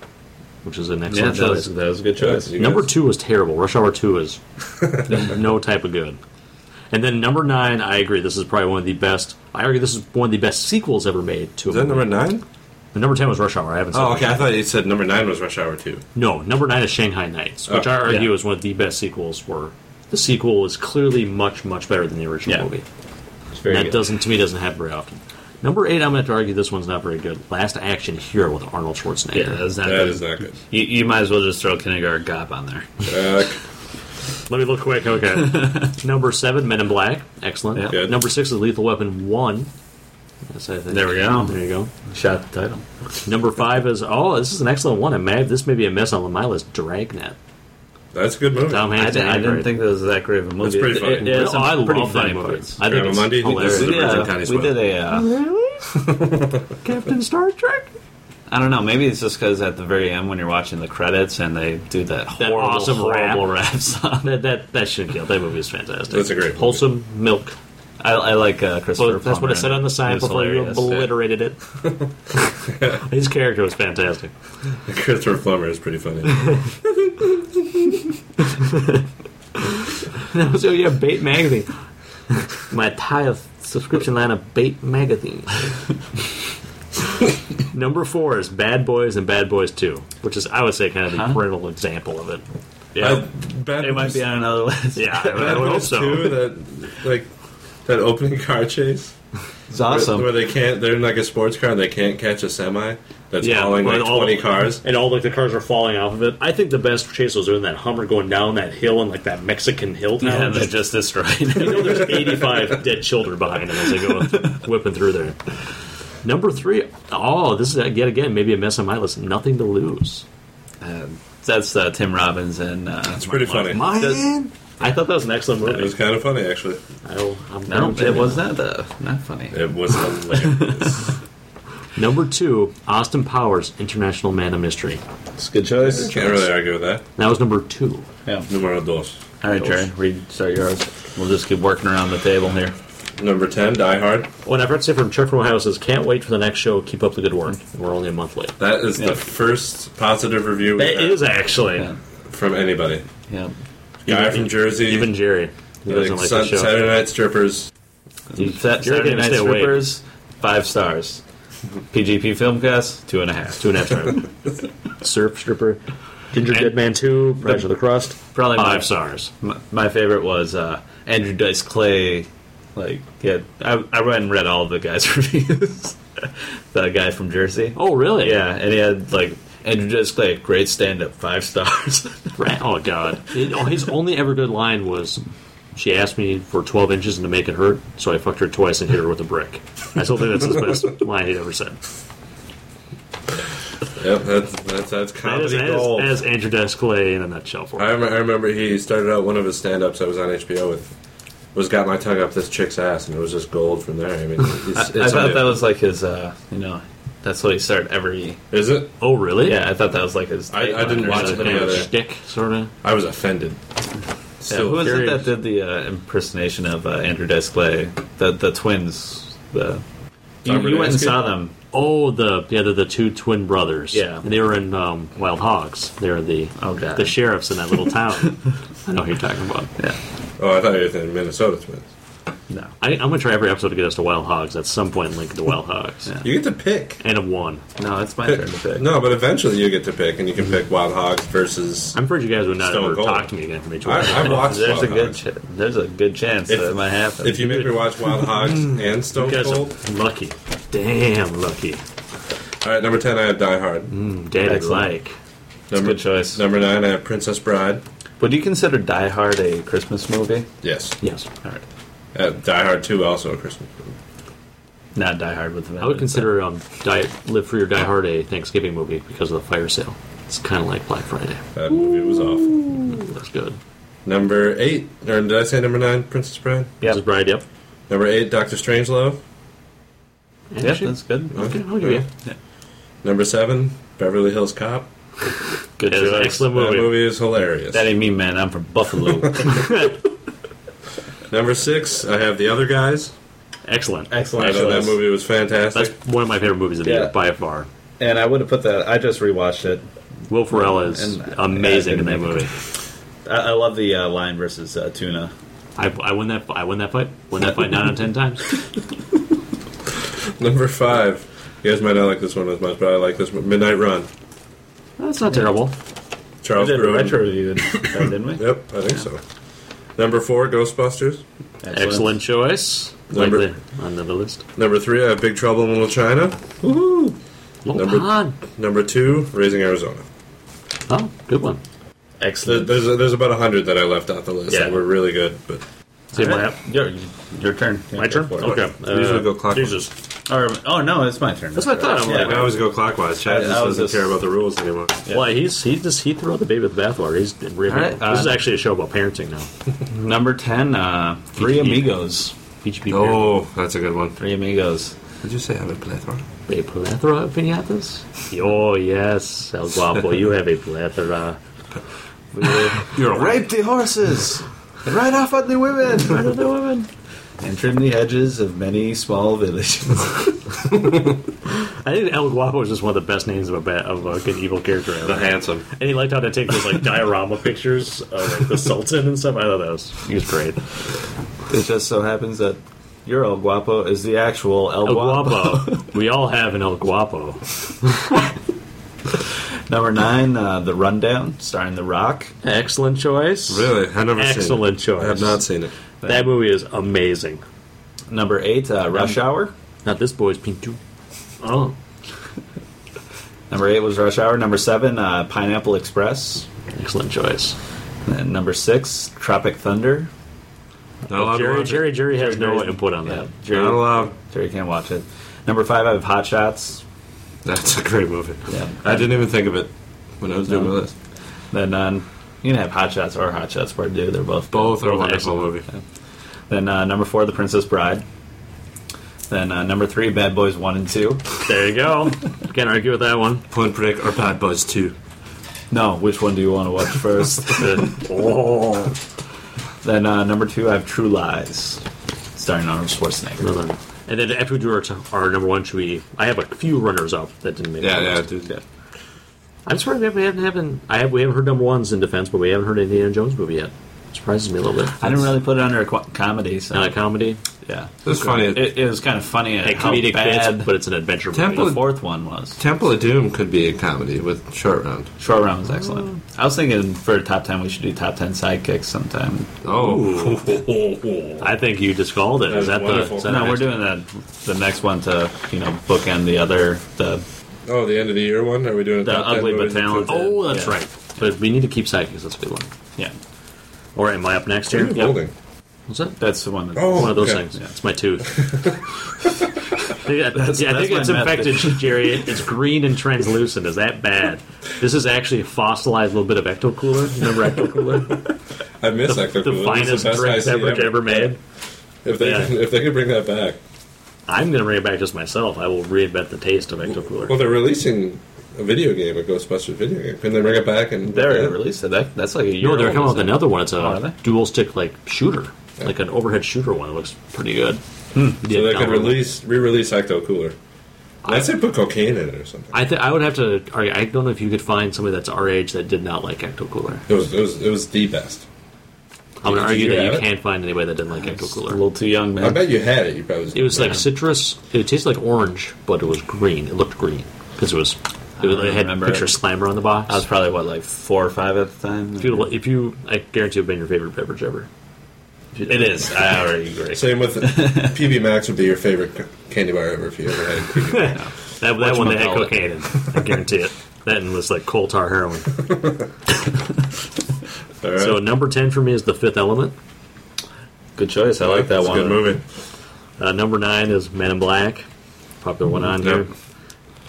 which is an
Yeah,
excellent
that
choice.
was, that was a good choice.
Yeah.
Number two was terrible. Rush Hour Two is no type of good. And then number nine, I agree. This is probably one of the best. I argue this is one of the best sequels ever made to a
Is that
movie.
number nine?
The number ten was Rush Hour. I haven't. Said
Oh, okay.
Rush
I
Hour.
thought you said number nine was Rush Hour Two.
No, number nine is Shanghai Nights, which
Oh,
I argue
yeah.
is one of the best sequels. Were the sequel is clearly much much better than the original
Yeah.
movie.
It's very
that
good.
doesn't to me doesn't happen very often. Number eight, I'm going to argue this one's not very good. Last Action Hero with Arnold Schwarzenegger.
yeah, that was not
That
good.
is not good.
You, you might as well just throw Kindergarten Cop on there.
Uh,
Let me look quick. Okay. Number seven, Men in Black. Excellent.
Yeah.
Good.
Number six is Lethal Weapon One. Yes, I think.
There we go.
There you go.
Shot the title.
Number five is oh, this is an excellent one. And may, this may be a mess on my list. Dragnet.
That's a good movie.
Tom
I,
Hanks.
didn't- I
Andy
didn't
Griffith.
think that was that great Oh, of a movie.
pretty
It-
funny.
it- it's
No,
some
I love
pretty
that
funny
movie.
parts.
I think
Yeah,
it's
Monday, you think this is
hilarious.
the
Yeah,
Virgin Connie's
we
one.
did a. Uh,
Captain Star Trek.
I don't know. Maybe it's just because at the very end when you're watching the credits and they do that, horrible,
awesome
horrible
rap.
rap, song.
That that that should kill. That movie is fantastic.
That's a great movie.
wholesome milk.
I, I like uh,
Well,
Christopher.
that's what
Plummer.
it said on the sign
It's
before you
hilarious.
obliterated it. His character was fantastic.
Christopher Plummer is pretty funny.
so yeah, Bait magazine. My entire subscription line of Bait magazine. Number four is Bad Boys and Bad Boys Two, which is I would say kind of the
Huh?
parental example of it.
I,
Yeah,
Uh, Bad
it might
Boys-
be on another list.
Yeah, I
Bad
would hope
Boys
so.
Two. That like that opening car chase.
it's awesome.
Where, where they can't, they're in like a sports car and they can't catch a semi that's
Yeah,
hauling
but
like
all-
twenty cars.
and all like the cars are falling off of it. I think the best chase was in that Hummer going down that hill and like that Mexican hill town.
yeah, they're just
Just-
destroyed.
you know, there's 85 dead children behind them as they go whipping through there. Number three, oh, this is yet again maybe a mess on my list. Nothing to lose.
Um, that's uh, Tim Robbins and uh,
It's pretty funny.
Man, I thought that was an excellent
It
movie.
was kind of funny actually.
I, I'm
no,
I'm kidding.
it was not uh, not funny.
It was hilarious.
Number two, Austin Powers, International Man of Mystery.
It's a good choice.
can't really argue with that.
That was number two.
Yeah.
Numero dos.
All right, Jerry, read start yours. We'll just keep working around the table here.
Number ten, Die Hard.
Well, and I've heard say from Chuck from Ohio says, "Can't wait for the next show. Keep up the good work." We're only a month late.
That is
Yeah.
the first positive review we've
That
had
is actually
Yeah,
from anybody.
yeah.
Guy
Even-
from Jersey.
even Jerry. He
like,
doesn't like
Sun-
the show.
Saturday Night Strippers.
Sa- Saturday
gonna
Night
stay awake.
Strippers, five stars. PGP Filmcast, two and a half.
Two and a half time. Surf stripper. Ginger Dead Man 2, Rise of the Crust.
Probably my,
Five stars.
my, my favorite was uh, Andrew Dice Clay. Like, yeah, I, I went and read all the guys' reviews. the guy from Jersey.
Oh, really?
Yeah, and he had like Andrew Dice Clay, great stand up, five stars.
Ra- Oh, God. It- oh, his only ever good line was she asked me for 12 inches and to make it hurt, so I fucked her twice and hit her with a brick. I still think that's his best line he'd ever said.
Yep, that's that's, that's
That is,
comedy
that
gold.
is, as Andrew Desclay in a nutshell for
I,
him.
rem- I remember he started out one of his stand-ups I was on HBO with was got my tongue up this chick's ass and it was just gold from there. I mean,
I,
it's,
I
it's
thought that
unreal.
was like his, uh, you know, that's what he started every.
is it?
Oh, really?
Yeah, I thought that was like his.
I- I didn't
or
watch
Kind
it,
something.
but
of
Yeah.
shtick, sort of.
I was offended.
Yeah,
Still
who was it
curious.
that did the uh, impersonation of uh, Andrew Dice Clay? The the twins. The you,
Tom
you went and
Bernanski?
saw them.
Oh, the yeah, they're the two twin brothers.
Yeah.
and they were in um, Wild Hogs. They're the
Oh, God.
the sheriffs in that little town. I know who you're talking about.
Yeah.
Oh, I thought you were in Minnesota Twins.
No.
I, I'm gonna try every episode to get us to Wild Hogs at some point. Link to Wild Hogs
Yeah.
You get to pick.
and of one.
No, it's my turn to pick.
No, but eventually you get to pick, and you can pick Wild Hogs versus.
I'm afraid you guys would not
Stone
ever
Cold.
talk to me again from each
I,
other.
I watched.
There's
Wild
a good
Hogs.
ch- there's a good chance
If-
that it might happen.
If you make me watch Wild Hogs and
You
Stone
guys are
Cold,
lucky, damn lucky.
all right. Number ten, I have Die Hard.
Daddy
Excellent.
like
it's a
Number
good choice.
number nine, I have Princess Bride.
Would you consider Die Hard a Christmas movie?
Yes,
yes.
All right.
uh, Die Hard Two also a Christmas. movie.
Not Die Hard with the
I would consider um, die, Live Free or Die Hard a Thanksgiving movie because of the fire sale. It's kind of like Black Friday.
That movie was awful.
That's good.
Number eight, or did I say number nine? Princess Bride.
Yeah,
Mrs. Bride, yep.
Number eight, Doctor Strangelove.
And
yeah,
she-
that's good.
Okay, I'll give you.
Number seven, Beverly Hills Cop.
Good
That is an
choice.
excellent
That
movie.
movie is hilarious.
That ain't me, man. I'm from Buffalo.
Number six, I have The Other Guys.
Excellent.
I
Excellent
thought that movie was
That's
fantastic.
one of my favorite movies of the
Yeah.
year by far.
And I would have put that. I just rewatched it.
Will Ferrell is
And-
amazing
yeah,
in
I
that
didn't
movie.
I, I love the uh, lion versus uh, tuna.
I, I win that. I win that fight. Win that fight nine out of ten times.
Number five, you guys might not like this one as much, but I like this one. Midnight Run.
That's not terrible.
We
Charles
did a
Grodin.
retro review, didn't we?
Yep, I think so. Number four, Ghostbusters.
Excellent choice.
Number-
Likely on the list.
Number three, I have Big Trouble in Little China.
Oh,
Number-
Lohan.
Number two, Raising Arizona.
Oh, good one.
There-
Excellent.
There's there's about hundred that I left off the list
Hmm. Yeah.
that were really good, but
See,
All right.
my,
Your, your turn.
my
Yeah, go
turn.
for it.
Okay.
Usually go clock-
Jesus.
Or oh no, it's my turn.
That's what I thought. I'm
Yeah.
like,
I always go clockwise.
I-
Chad
I
just
was
doesn't
just-
care about the rules anymore.
Yeah.
Why he's he just he threw out the baby with the bathwater. He's really,
All right, uh,
this is actually a show about parenting now.
Number ten, uh, Three
Peach Pete.
Amigos.
PGP
Oh, that's a good one.
Three Amigos.
Did you say I have a plethora?
a plethora of pinatas. Oh yes, El Guapo, you have a plethora.
You're
Rape the horses. Right off on the women
I don't know, women.
and trim the hedges of many small villages.
I think El Guapo is just one of the best names of a ba- of a good evil character
The
ever.
handsome.
And he liked how they take those like diorama pictures of like, the Sultan and stuff. I thought that was he was great.
it just so happens that your El Guapo is the actual El,
El
Guapo.
Guapo, we all have an El Guapo.
Number nine, uh, The Rundown, starring The Rock.
Excellent choice.
Really? I've never seen it.
Excellent choice.
I have not seen it.
That movie is amazing.
Number eight, uh, Rush Hour.
Not this boy's Pintu. Oh,
Number eight was Rush Hour. Number seven, uh, Pineapple Express.
excellent choice.
And number six, Tropic Thunder.
Not allowed to
Jerry,
watch it.
Jerry, Jerry has no
Jerry's-
input on
Yeah,
that.
Jerry,
Not allowed.
Jerry can't watch it. Number five, I have Hot Shots.
That's a great movie.
Yeah.
I didn't even think of it when I was doing
No.
my list.
Then uh, you can have Hot Shots or Hot Shots Part Two. They're both.
Both are
Both
wonderful
excellent.
movies.
Then uh, number four, The Princess Bride. Then uh, number three, Bad Boys One and Two.
There you go. Can't argue with that one.
Point Break or Bad Boys 2.
No, which one do you want to watch first?
oh,
then uh, number two, I have True Lies, starring Arnold Schwarzenegger.
another. And then after we do our, our number one, should we? I have a few runners up that didn't make.
Yeah,
the
yeah,
list.
dude.
I'm surprised we haven't, haven't, haven't I have we haven't heard number ones in defense, but we haven't heard Indiana Jones movie yet. Surprises me a little bit.
I didn't really put it under a qu- comedy, so
Not a comedy.
yeah,
It's funny.
it, it was kind of funny at
A
how
comedic
bad
bit, but it's an adventure
Temple-
the
movie.
fourth one was.
Temple of Doom could be a comedy with Short Round.
Short round was excellent.
Oh.
I was thinking for top ten, we should do top ten sidekicks sometime.
Oh.
I think you just called it. Is
That
that
is
the?
wonderful.
Is that
No,
the
we're
next-
doing the the next one to you know bookend the other the
oh, the end of the year one? Are we doing a
The
top ten
Ugly But
movies?
Talented.
Oh, that's
Yeah.
right. But we need to keep sidekicks. That's a good one.
yeah.
All right, am I up next here?
Ooh,
Yep.
Holding.
What's that?
That's the one. That,
Oh.
One of those
okay.
things. It's my tooth. yeah, yeah, I
that's
think
my
it's
method.
infected, Jerry. It's green and translucent. Is that bad? This is actually a fossilized little bit of ecto cooler. Remember ecto cooler?
I miss that.
the finest drink beverage ever, made.
If they,
Yeah.
if they could bring that back.
I'm going to bring it back just myself. I will reinvent the taste of ecto cooler.
Well, they're releasing a video game, a Ghostbusters video game. Can they bring it back? And
they already
yeah.
released it. That, that's like a year.
No, they're
old,
coming out with
isn't it?
another one. It's
Oh, are
a
they?
dual stick like shooter, like an overhead shooter one. It looks pretty good.
Hmm.
So they
download
could
it.
release, re-release Ecto Cooler. I'd say put cocaine in it or something.
I, th- I would have to. argue- I don't know if you could find somebody that's our age that did not like ecto cooler.
It was, it was, it was the best.
I'm gonna
Did
argue
you
that
have
you
it?
can't find anybody that didn't like
It's A
Ecto Cooler.
little too young,
I
man.
bet you had it. You probably
It was like citrus. It tasted like orange, but it was green. It looked green because it was. It, was-
don't
it had
remember
picture
it.
slammer on the box.
I was probably what like four or five at the time.
if you, if you, I guarantee it'd been your favorite beverage ever.
It is. I already agree.
Same with PB Max would be your favorite c- candy bar ever if you ever had PB Max.
That, that one they had
Whatchamacallit.
cocaine in. I guarantee it. That and was like coal tar heroin.
All right.
So number ten for me is The Fifth Element.
Good choice. I like that
It's a
one.
good movie.
Uh, number nine is Men in Black, popular one on here.
Yep.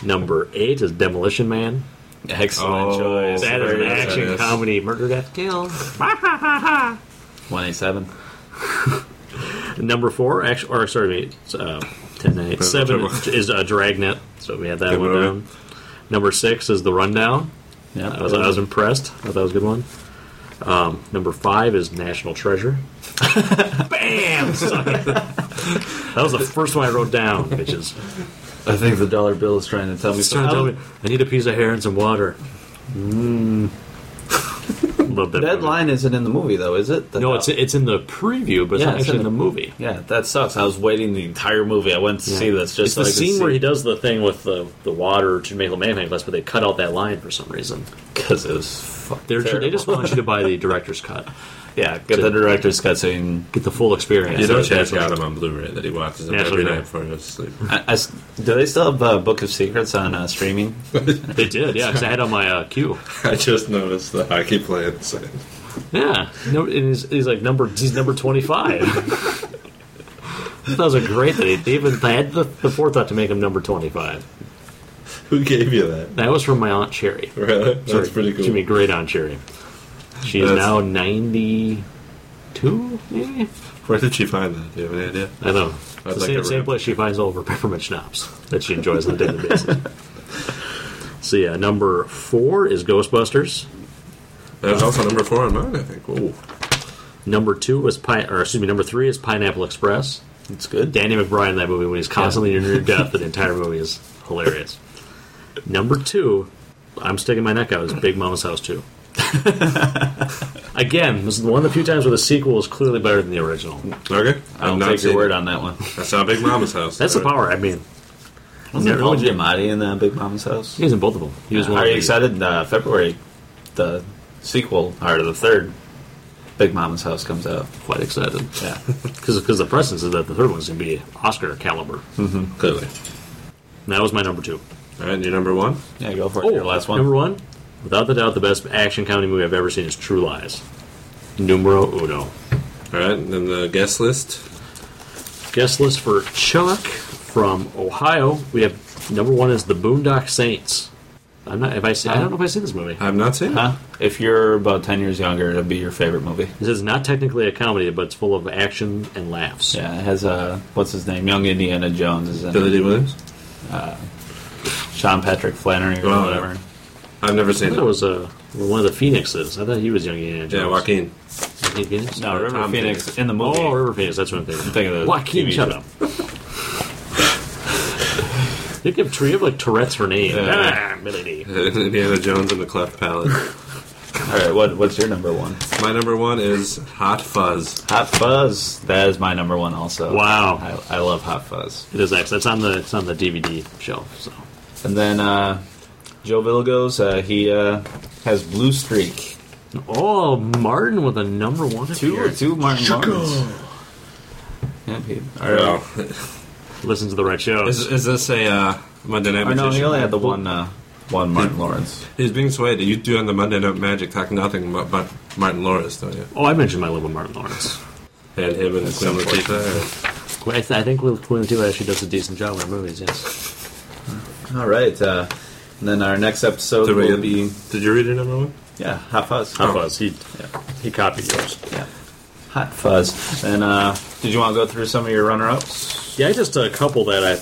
Number eight is Demolition Man.
Excellent
Oh,
choice.
That is an
Very good.
action
Yes.
comedy murder death kill.
One eighty-seven.
Number four, actually, or sorry, it's, uh, ten nine eight seven
trouble.
is uh, Dragnet. So we had that
Good
one
movie.
down. Number six is The Rundown.
Yeah,
I was, I was impressed. I thought that was a good one. Um, number five is National Treasure. Bam! Suck it. that was the first one I wrote down, bitches.
I think the dollar bill is trying to tell me
He's trying to tell
something.
me I need a piece of hair and some water. Mm. Love that.
That
movie.
line isn't in the movie, though, is it? The
No, it's it's in the preview, but it's
Yeah,
not
it's
actually in
in
the movie.
Yeah, that sucks. I was waiting the entire movie. I went to see this just
it's
so
the
I could
scene
see-
where he does the thing with the, the water to make a mayonnaise glass, but they cut out that line for some reason.
because it was fuck
They're,
terrible.
they just want you to buy the director's cut,
yeah get the director's cut so you can-
get the full experience.
You know,
That's
Chad's
what-
got him on Blu-ray that he watches him
National
every
Treasure.
night before he goes to sleep.
I- I s- do they still have uh, Book of Secrets on uh, streaming?
They did, yeah, because I had on my uh, cue.
I just noticed the hockey play at the same.
Yeah, no, and he's, he's like number he's number twenty five. Those are great. That he even they had the, the forethought to make him number twenty-five.
Who gave you that?
That was from my aunt Cherry.
Really?
Sorry,
That's pretty cool.
Excuse me, great aunt Cherry. She is
That's-
now ninety-two, maybe.
Where did she find that? Do you have any idea?
I know.
I'd
It's the
like
same,
to
same
rip.
place she finds all of her peppermint schnapps that she enjoys on a daily basis. So yeah, number four is Ghostbusters.
That was also number four on mine, I think. Ooh.
Number two was Pine, or excuse me, number three is Pineapple Express.
It's good.
Danny McBride in that movie when he's constantly near death, the entire movie is hilarious. Number two, I'm sticking my neck out, is Big Mama's House 2. Again, this is one of the few times where the sequel is clearly better than the original.
Okay.
I'll
I've not
take your
seen
word
it.
on that one.
That's not Big Mama's house.
That's the
All right.
power, I mean.
Wasn't
Yeah,
Paul
really.
Giamatti in uh, Big Mama's house?
He was in both of them. He was one
Are
of
you
the-
excited? Uh, February, the sequel or the third Big Mama's house comes out.
Quite excited.
Yeah,
Because the precedence is that the third one's going to be Oscar caliber.
Hmm.
Clearly.
And that was my number two.
All right, and your number one?
yeah, go for it. Your last one.
Oh, Number one, without the doubt, the best action comedy movie I've ever seen is True Lies. Numero uno.
All right, and then the guest list.
Guest list for Chuck from Ohio. We have number one is The Boondock Saints. I'm not. If I see, I don't know if I see this movie.
I've not seen it.
Huh? If you're about ten years younger, it'll be your favorite movie.
This is not technically a comedy, but it's full of action and laughs.
Yeah, it has uh, what's his name? Young Indiana Jones is in
Billy
it.
D. Williams?
Sean Patrick Flannery or
Oh, yeah.
whatever.
I've never seen
I
it.
thought it was uh, one of the Phoenixes. I thought he was young Indiana Jones.
yeah, Joaquin.
Joaquin Phoenix.
No, River
Tom
Phoenix
Phoenix.
in the movie.
Oh, River Phoenix. That's what I'm thinking.
Think of the
Joaquin,
TV
shut
show.
up. you give Tree of like Tourette's her name.
Yeah.
Ah, Billy D.
Indiana Jones and the Cleft Palate.
All right, what, what's your number one?
My number one is Hot Fuzz.
Hot Fuzz. That is my number one also.
Wow.
I, I love Hot Fuzz.
It is excellent. It's on the it's on the DVD shelf. So
And then uh, Joe Villigos, uh, he uh, has Blue Streak.
oh, Martin with a number one
Two or
appearance.
two Martin Lawrence. Yeah, he, all right.
Listen to the right show.
Is, is this a uh, Monday Night
Or no,
Magician?
he only had the one uh, one Martin Lawrence.
He's being swayed. You do on the Monday Night Magic talk nothing about, about Martin Lawrence, don't you?
Oh, I mentioned my love of Martin Lawrence.
And him and Queen Latifah.
Well, I, th- I think Will Queen Latifah actually does a decent job in her movies. Yes.
All right. Uh, and then our next episode
Did,
will
we,
be
did you read your number one?
yeah, Hot Fuzz.
Hot Fuzz. He he copied yours.
Yeah. Hot Fuzz. And uh, did you want to go through some of your runner-ups?
Yeah, I just a couple that I.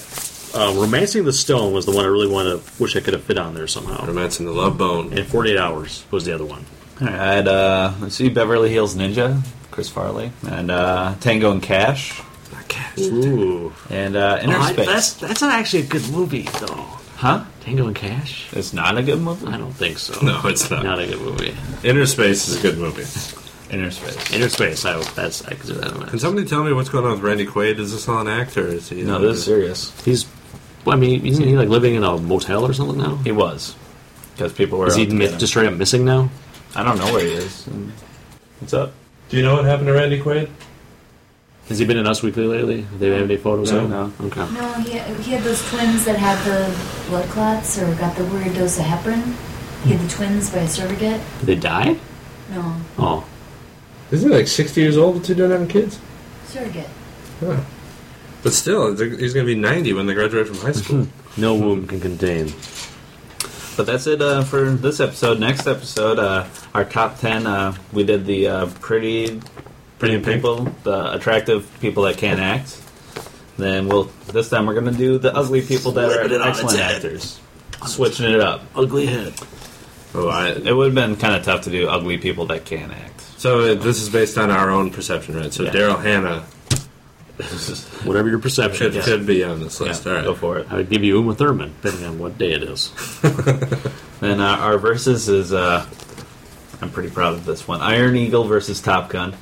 Uh, Romancing the Stone was the one I really wanted. Wish I could have fit on there somehow.
Romance in the Love Bone.
And 48 Hours was the other one.
All right. I had, uh, let's see, Beverly Hills Ninja, Chris Farley, and uh, Tango and Cash,
Ooh,
and uh, Inner
Oh, I-
Space.
that's that's not actually a good movie though.
Huh?
Tango and Cash?
It's not a good movie.
I don't think so.
No, it's not.
not a good movie.
Inner Space is a good movie.
Inner Space.
Inner Space. I that's I consider that a
Can
mess.
somebody tell me what's going on with Randy Quaid? Is this all an act or is he? uh,
No, this is serious.
He's. Well, I mean, isn't he like living in a motel or something now?
He was because people were.
Is he
out to
mi-
get him.
just straight up missing now?
I don't know where he is. And- What's up?
Do you know what happened to Randy Quaid?
Has he been in Us Weekly lately? Do they have any photos?
No.
of him?
No.
Okay.
No, he, he had those twins that had the blood clots or got the weird dose of heparin. He had the twins by a surrogate.
Did they die?
No,
Oh,
Isn't he like 60 years old? The two don't have kids.
surrogate.
But still, they're- he's going to be 90 when they graduate from high school.
no womb can contain.
But that's it uh, for this episode. Next episode, uh, our top ten. Uh, we did the uh, pretty, pretty
in Pink.
people, the attractive people that can't act. Then we'll this time we're gonna do the ugly people that
Flip it on
are
its
excellent
head.
actors. Switching it up.
Ugly head.
oh, I,
It would have been kind of tough to do ugly people that can act.
so uh, this is based on our own perception, right? So
Yeah.
Daryl Hannah
Whatever your perception
could,
is.
could be on this list.
Yeah,
All
Go
right.
for it.
I would give you Uma Thurman, depending on what day it is.
And uh, our versus is uh, I'm pretty proud of this one. Iron Eagle versus Top Gun.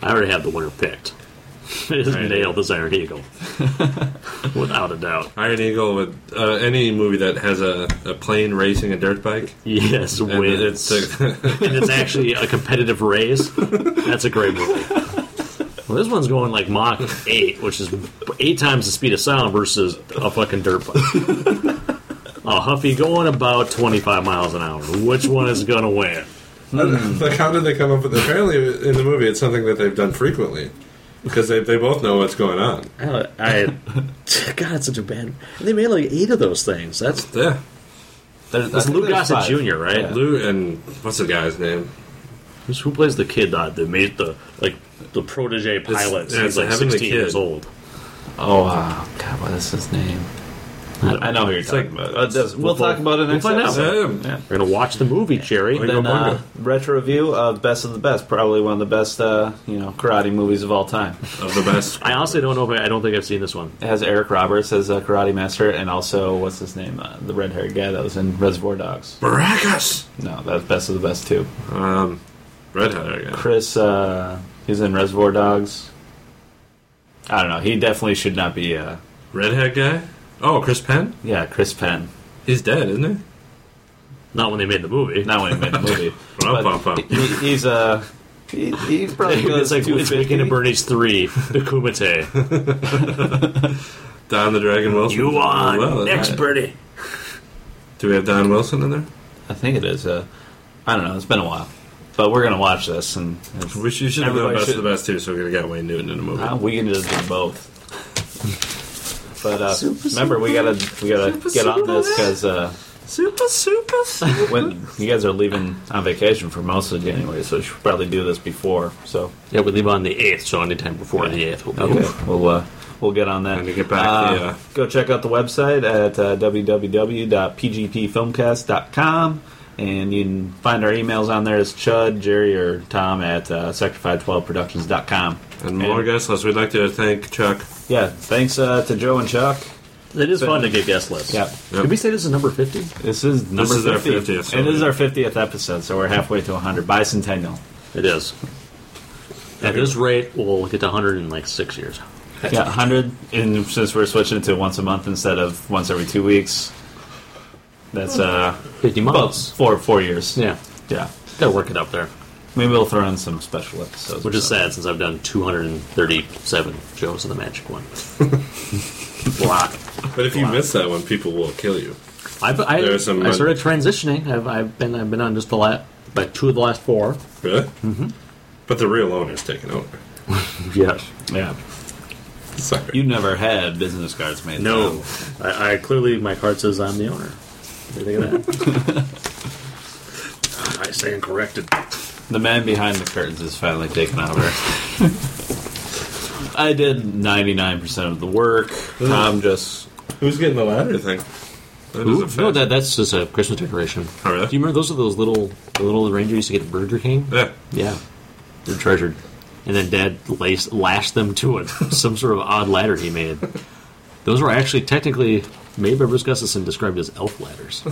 I already have the winner picked. It is
Right.
nailed as Iron Eagle. Without a doubt.
Iron Eagle with uh, any movie that has a, a plane racing a dirt bike.
Yes,
And
wins.
it's a,
and it's actually a competitive race. That's a great movie. Well, this one's going like Mach 8, which is eight times the speed of sound versus a fucking dirt bike. A Huffy going about 25 miles an hour. Which one is going to win?
like how did they come up with? Apparently, in the movie, it's something that they've done frequently. because they, they both know what's going on.
I, don't- I God, it's such a bad. They made like eight of those things. That's
Yeah.
There,
it's Lou Gossett Jr. Right?
Yeah.
Lou,
Lou and what's the guy's name?
who's, who plays the kid that that made the like the protege pilot?
yeah, it's
He's like
having the
sixteen
kid.
years old.
Oh, uh, God, what is his name? I, I know who you're talking
like-
about. Uh, does- we'll,
we'll-
talk about it
we'll
next
find out.
episode. Yeah.
We're gonna watch the movie, Jerry.
Like,
Then
Go Bunga.
uh, retro review of best of the best, probably one of the best uh, you know karate movies of all time.
Of the best.
I honestly don't know. if I, I don't think I've seen this one.
It has Eric Roberts as a karate master, and also what's his name, uh, the red haired guy that was in Reservoir Dogs.
Maracas!
No, that's best of the best too.
Um, redhead, I guess.
Chris, uh, he's in Reservoir Dogs. I don't know. He definitely should not be. Uh,
Redhead guy? Oh, Chris Penn?
yeah, Chris Penn.
He's dead, isn't he?
Not when they made the movie.
Not when he made the movie.
Bum, bum,
but
bum.
he, he's uh, he, he probably
it's
goes
like it's Weekend
250.
at Bernie's three, the Kumite.
Don the Dragon Wilson.
you on
Well,
next,
that-
Bernie?
Do we have Don Wilson in there?
I think it is. Uh, I don't know. It's been a while, but we're gonna watch this, and it's-
We should, you should have done
Everybody
best of
should-
the best too, so we're gonna get Wayne Newton in the movie.
uh, we can just do both. But uh, remember, we gotta we gotta get on this because uh,
Super, super, super.
when you guys are leaving on vacation for most of January, so we should probably do this before. So
Yeah, we leave on the eighth, so anytime before the eighth will be.
Okay, we'll uh, we'll get on that.
And to get back
Uh,
the, uh,
go check out the website at uh, www.pgpfilmcast.com, and you can find our emails on there as Chud, Jerry, or Tom at uh, sector512productions.com.
And more guest list. We'd like to thank Chuck.
Yeah, thanks uh, to Joe and Chuck.
It is fun to get guest lists.
Yeah.
Yep.
Did we say this is number fifty?
This is number
is our
50.
50th, so
it is
yeah.
our 50th episode, so we're halfway to 100. Bicentennial.
It is. At this rate, we'll get to 100 in like six years.
Yeah, 100, and since we're switching to once a month instead of once every two weeks, that's uh,
50
about
months.
four, four years.
Yeah.
Yeah.
Gotta work it up there.
Maybe we'll throw in some special episodes.
Which is sad since I've done 237 shows of the Magic One. Block.
But if you miss that one, people will kill you.
I've, I,
There are some-
I started transitioning. I've, I've been I've been on just the last, like two of the last four.
Really? Mm-hmm. But the real owner's taking over.
Yes.
Yeah.
Sorry.
You never had business cards made.
No.
so-
I, I clearly, my card says I'm the owner. What do you think of that? I stand corrected.
The man behind the curtains is finally taking over. I did 99% of the work. Tom just.
Who's getting the ladder thing? That
Ooh,
doesn't
no,
fit.
that, that's just a Christmas decoration.
Oh, really?
Do you remember those are those little the little reindeer used to get at Burger King?
Yeah.
Yeah, they're treasured. And then Dad lace, lashed them to it, some sort of odd ladder he made. Those were actually technically made by Bruce Gustafson, described as elf ladders.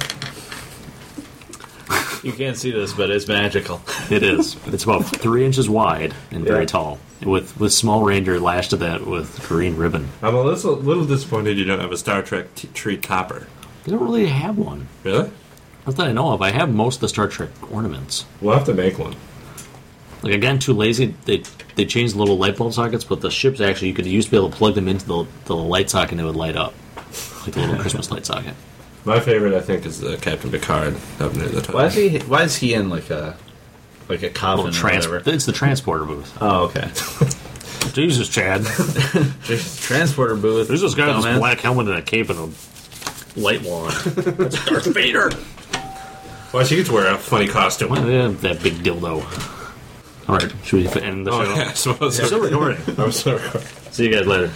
You can't see this, but it's magical.
It is. It's about three inches wide and very
Yeah.
tall, with with small reindeer lashed to that with green ribbon.
I'm a little, little disappointed you don't have a Star Trek t- tree topper.
They don't really have one.
Really?
Not that I know of. I have most of the Star Trek ornaments.
We'll have to make one.
Like again, too lazy. They they changed the little light bulb sockets, but the ships actually you could used to be able to plug them into the, the light socket and it would light up, like the little Christmas light socket.
My favorite, I think, is the Captain Picard up near the top.
Why is he? Why is he in like a like a coffin
Little
or
trans-
whatever?
it's the transporter booth.
Oh, okay.
Jesus, Chad.
Transporter booth.
There's this guy with
dumbass.
this black helmet and a cape and a light wand. That's Darth Vader.
Why she gets to wear a funny costume?
Well, yeah, that big dildo. All right, should we end the
Oh,
show?
yeah, I suppose.
Still recording.
I'm sorry.
See you guys later.